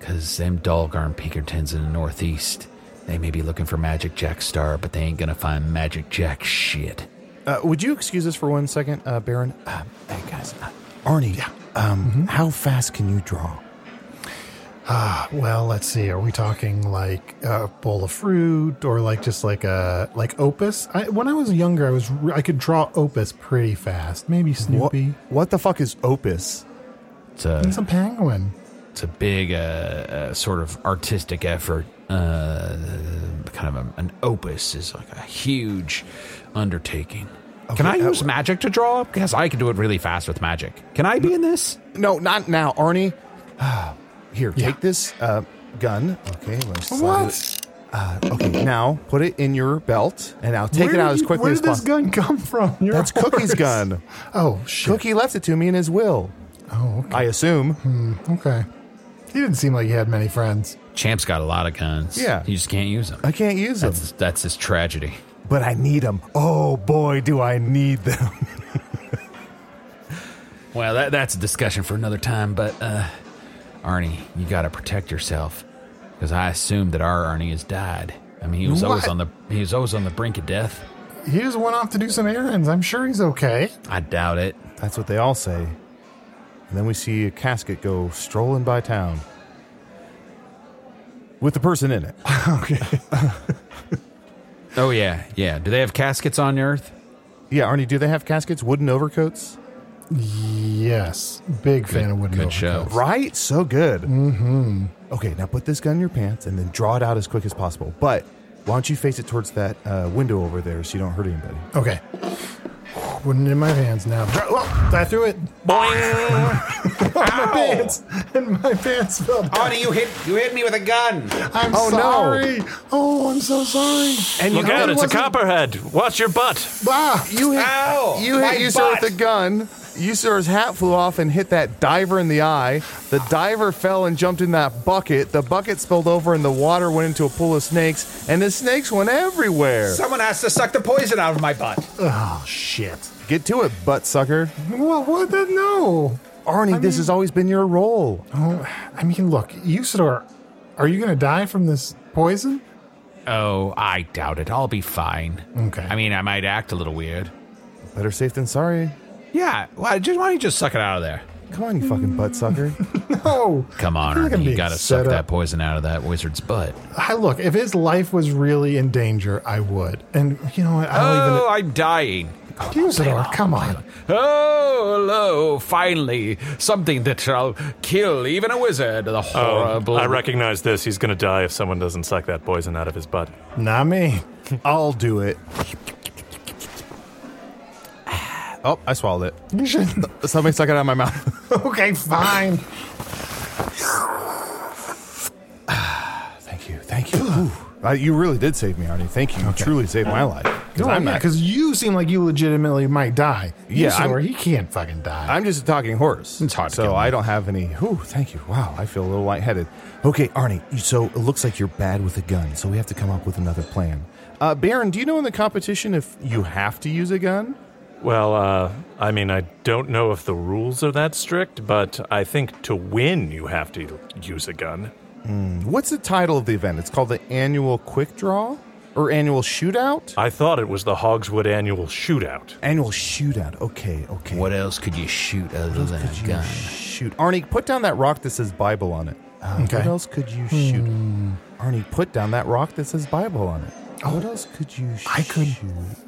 E: 'Cause them doggone Pinkertons in the Northeast, they may be looking for Magic Jack Star, but they ain't gonna find Magic Jack shit.
F: uh, would you excuse us for one second, uh, Baron? Uh, hey guys, uh, Arnie, um,
B: Mm-hmm.
F: how fast can you draw?
B: Ah, Well, let's see. Are we talking like a bowl of fruit or like just like a like opus? I, when I was younger, I was re- I could draw opus pretty fast. Maybe
F: What,
B: Snoopy.
F: what the fuck is opus?
E: It's a
B: It's a penguin.
E: it's a big uh, uh, sort of artistic effort. Uh, uh, kind of a, an opus is like a huge undertaking. can I use magic to draw? Because I can do it really fast with magic. Can I be in this?
F: No, not now, Arnie. Here, take this uh, gun. Okay, let's
B: What?
F: Uh, okay, now put it in your belt, and now take it out as quickly as possible.
B: Where did this gun come from? You're
F: That's Cookie's
B: ours.
F: gun.
B: Oh, shit.
F: Cookie left it to me in his will.
B: Oh, Hmm,
F: I assume.
B: okay. He didn't seem like he had many friends.
E: Champ's got a lot of guns.
F: Yeah.
E: You just can't use them.
F: I can't use them.
E: That's, that's his tragedy.
F: But I need them. Oh boy, do I need them.
E: Well, that, that's a discussion for another time, but uh, Arnie, you got to protect yourself because I assume that our Arnie has died. I mean, he was always
B: What?
E: on the he was always on the brink of death.
B: He just went off to do some errands. I'm sure he's okay.
E: I doubt it.
F: That's what they all say. And then we see a casket go strolling by town with the person in it.
E: Oh yeah, yeah. Do they have caskets on Earth?
F: Yeah, Arnie, do they have caskets? Wooden overcoats?
B: Yes. Big fan of wooden
E: Good show.
F: Right? So good. Mm-hmm. Okay, now put this gun in your pants and then draw it out as quick as possible. But why don't you face it towards that uh, window over there so you don't hurt anybody?
B: Okay. Wooden in my hands now. Dro- oh, I threw it. my pants. And my pants fell down.
C: Arnie, you hit you hit me with a gun.
B: I'm
F: Oh, no.
B: sorry. Oh, I'm so sorry.
F: And
G: Look out, it's a copperhead. Watch your butt.
B: Ah,
F: You hit,
C: Ow,
F: you
C: my
F: hit User with
C: butt.
F: a gun. Usur's hat flew off and hit that diver in the eye. The diver fell and jumped in that bucket. The bucket spilled over and the water went into a pool of snakes, and the snakes went everywhere.
C: Someone has to suck the poison out of my butt.
B: oh, shit.
F: Get to it, butt sucker.
B: Well, what the? No.
F: Arnie, this has always been your role.
B: Oh, I mean, look, Usador, are you going to die from this poison?
E: Oh, I doubt it. I'll be fine.
B: Okay.
E: I mean, I might act a little weird.
F: Better safe than sorry.
E: Yeah. Why, just, why don't you just suck it out of there?
F: Come on, you fucking butt sucker.
B: No.
E: Come on,
B: I feel like I'm
E: Arnie. You
B: being
E: got to
B: set
E: suck that
B: up.
E: poison out of that wizard's butt.
B: I look, if his life was really in danger, I would. And you know what?
E: Oh,
B: I
E: I'm dying.
C: Oh.
B: don't even. Usador, come on.
E: Oh, hello. Finally, something that shall kill even a wizard. The
G: Oh,
E: horrible.
G: I recognize this. He's gonna die if someone doesn't suck that poison out of his butt.
B: Not me.
F: I'll do it. Oh, I swallowed it.
B: You should.
F: Something stuck it out of my mouth.
B: Okay, fine.
F: Thank you. Thank you. Ooh. Uh, you really did save me, Arnie. Thank you. You truly saved my life. Because
B: No,
F: I'm
B: I'm not.
F: not.
B: Because you seem like you legitimately might die.
F: Yeah,
B: Usador,
F: I'm-
B: he can't fucking die.
F: I'm just a talking horse.
E: It's hard to
F: So
E: kill
F: I don't have any. Ooh, thank you. Wow, I feel a little lightheaded. Okay, Arnie. you- So it looks like you're bad with a gun. So we have to come up with another plan. Uh, Baron, do you know in the competition if you have to use a gun?
G: Well, uh, I mean, I don't know if the rules are that strict, but I think to win, you have to use a gun.
F: hmm, What's the title of the event? It's called the annual quick draw or annual shootout.
G: I thought it was the Hogswood Annual Shootout.
F: Annual shootout. Okay. Okay.
E: What else could you shoot other than a gun?
F: Shoot, Arnie, put down that rock that says Bible on it. Uh,
B: Okay. Hmm.
F: What else could you shoot? Arnie, put down that rock that says Bible on it. What else could you shoot?
B: Oh, I could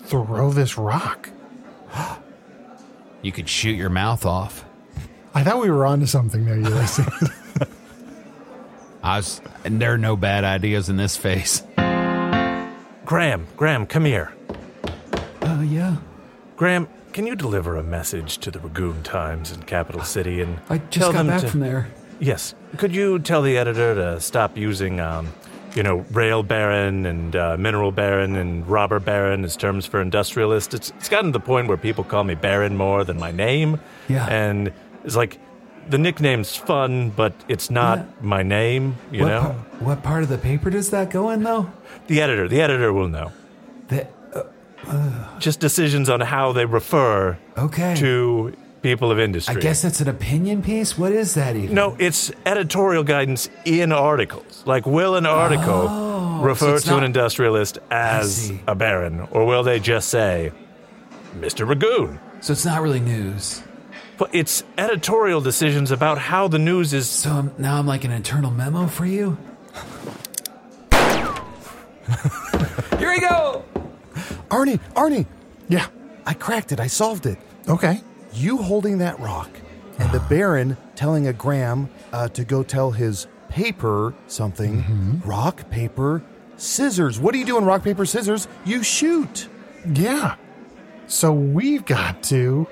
B: throw this rock.
E: You could shoot your mouth off.
B: I thought we were onto something there, Ulysses.
E: I was, and there are no bad ideas in this face.
G: Graham, Graham, come here.
E: Oh, yeah.
G: Graham, can you deliver a message to the Ragoon Times in Capital City and
E: I just
G: tell
E: got
G: them
E: back
G: to,
E: from there.
G: Yes. Could you tell the editor to stop using, um, you know, rail baron and uh, mineral baron and robber baron as terms for industrialist? It's, it's gotten to the point where people call me baron more than my name.
E: Yeah.
G: And it's like the nickname's fun, but it's not my name, you
L: what,
G: know?
L: par- what part of the paper does that go in, though?
G: The editor, the editor will know.
L: The, uh,
G: Just decisions on how they refer
L: okay.
G: to people of
L: I
G: industry.
L: guess it's an opinion piece. What is that even?
G: No, it's editorial guidance in articles. Like, will an article refer
L: Oh, it's
G: to an
L: not-
G: industrialist as
L: see.
G: a baron, or will they just say, Mr. Ragoon?
L: So it's not really news.
G: But it's editorial decisions about how the news is.
L: So I'm, now I'm like an internal memo for you.
C: Here we go.
F: Arnie, Arnie,
B: yeah.
F: I cracked it. I solved it.
B: Okay.
F: You holding that rock and the Baron telling a Graham uh, to go tell his paper something.
B: Mm-hmm.
F: Rock, paper, scissors. What do you do in rock, paper, scissors? You shoot.
B: Yeah. So we've got to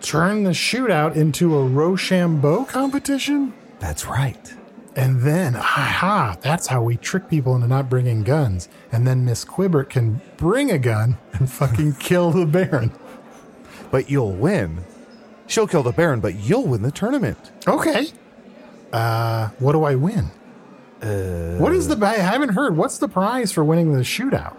B: turn the shootout into a Rochambeau competition?
F: That's right.
B: And then, aha, that's how we trick people into not bringing guns. And then Miss Quibbert can bring a gun and fucking kill the Baron.
F: But you'll win. She'll kill the Baron, but you'll win the tournament.
B: Okay. Uh, what do I win?
F: Uh,
B: What is the? I haven't heard. What's the prize for winning the shootout?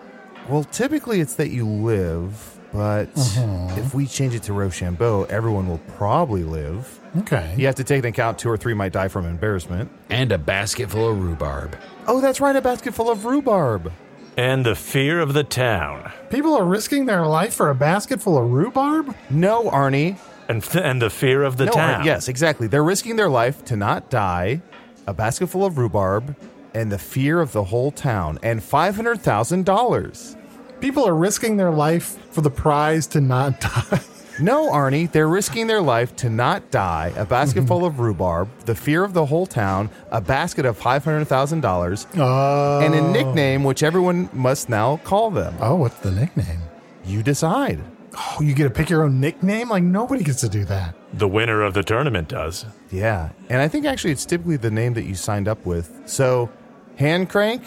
F: Well, typically it's that you live, but if we change it to Rochambeau, everyone will probably live.
B: Okay.
F: You have to take into account two or three might die from embarrassment.
E: And a basket full of rhubarb.
F: Oh, that's right, a basket full of rhubarb.
G: And the fear of the town.
B: People are risking their life for a basket full of rhubarb?
F: No, Arnie.
G: And, th- and the fear of the
F: no,
G: town.
F: Arnie, yes, exactly. They're risking their life to not die, a basket full of rhubarb, and the fear of the whole town, and $500,000.
B: People are risking their life for the prize to not die.
F: No, Arnie, they're risking their life to not die. A
B: Mm-hmm.
F: basket full of rhubarb, the fear of the whole town, a basket of $500,000,
B: Oh.
F: and a nickname which everyone must now call them.
B: Oh, what's the nickname?
F: You decide.
B: Oh, you get to pick your own nickname? Like, nobody gets to do that.
G: The winner of the tournament does.
F: Yeah. And I think actually it's typically the name that you signed up with. So, hand crank,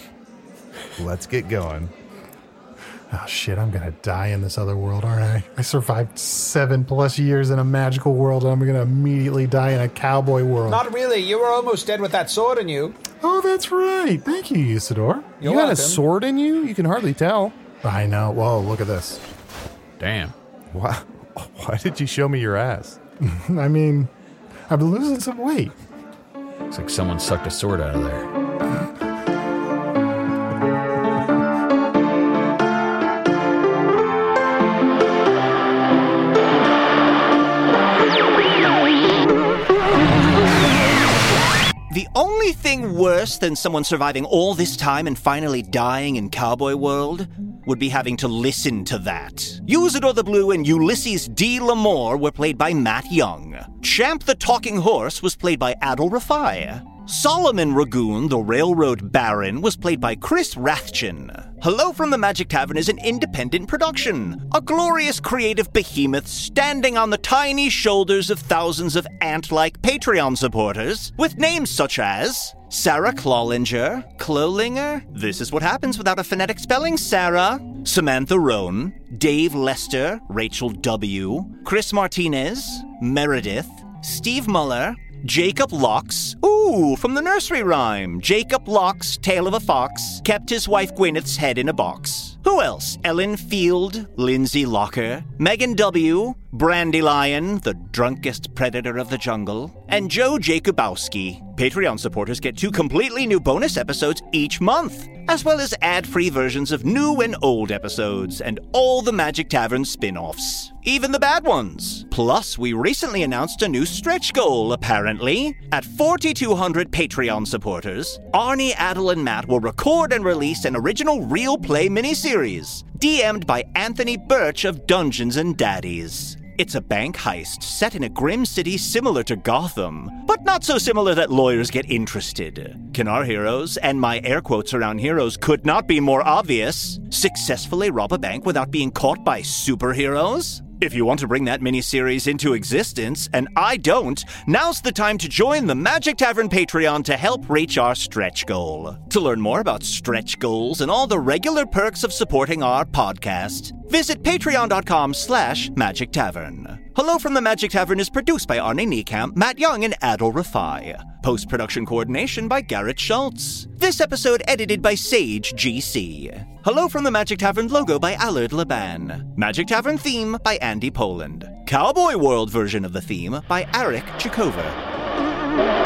F: let's get going.
B: Oh, shit, I'm going to die in this other world, aren't I? I survived seven plus years in a magical world, and I'm going to immediately die in a cowboy world.
M: Not really. You were almost dead with that sword in you.
B: oh, that's right. Thank you, Usador.
M: You're You got a welcome. sword
F: in you? You can hardly tell.
B: I know. Whoa, look at this.
E: Damn.
F: Why, why did you show me your ass?
B: I mean, I've been losing some weight.
E: It's like someone sucked a sword out of there.
A: The only thing worse than someone surviving all this time and finally dying in Cowboy World would be having to listen to that. Usador the Blue and Ulysses D. L'Amour were played by Matt Young. Champ the Talking Horse was played by Adol Rafai. Solomon Ragoon, the Railroad Baron, was played by Chris Rathjen. Hello from the Magic Tavern is an independent production, a glorious creative behemoth standing on the tiny shoulders of thousands of ant like Patreon supporters, with names such as Sarah Clawlinger, Clolinger, This Is What Happens Without a Phonetic Spelling, Sarah, Samantha Roan, Dave Lester, Rachel W., Chris Martinez, Meredith, Steve Muller, Jacob Locks, ooh, from the nursery rhyme. Jacob Locks, Tale of a Fox, kept his wife Gwyneth's head in a box. Who else? Ellen Field, Lindsay Locker, Megan W., Brandywine, the drunkest predator of the jungle, and Joe Jacobowski. Patreon supporters get two completely new bonus episodes each month, as well as ad free versions of new and old episodes and all the Magic Tavern spin offs, even the bad ones. Plus, we recently announced a new stretch goal, apparently. At 4,200 Patreon supporters, Arnie, Adel, and Matt will record and release an original real play miniseries, DM'd by Anthony Birch of Dungeons and Daddies. It's a bank heist set in a grim city similar to Gotham, but not so similar that lawyers get interested. Can our heroes, and my air quotes around heroes could not be more obvious, successfully rob a bank without being caught by superheroes? If you want to bring that miniseries into existence, and I don't, now's the time to join the Magic Tavern Patreon to help reach our stretch goal. To learn more about stretch goals and all the regular perks of supporting our podcast, visit patreon.com slash magic tavern. Hello from the Magic Tavern is produced by Arne Niekamp, Matt Young, and Adol Rafai. Post production coordination by Garrett Schultz. This episode edited by Sage GC. Hello from the Magic Tavern logo by Allard Laban. Magic Tavern theme by Andy Poland. Cowboy World version of the theme by Arik Chikova.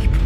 N: he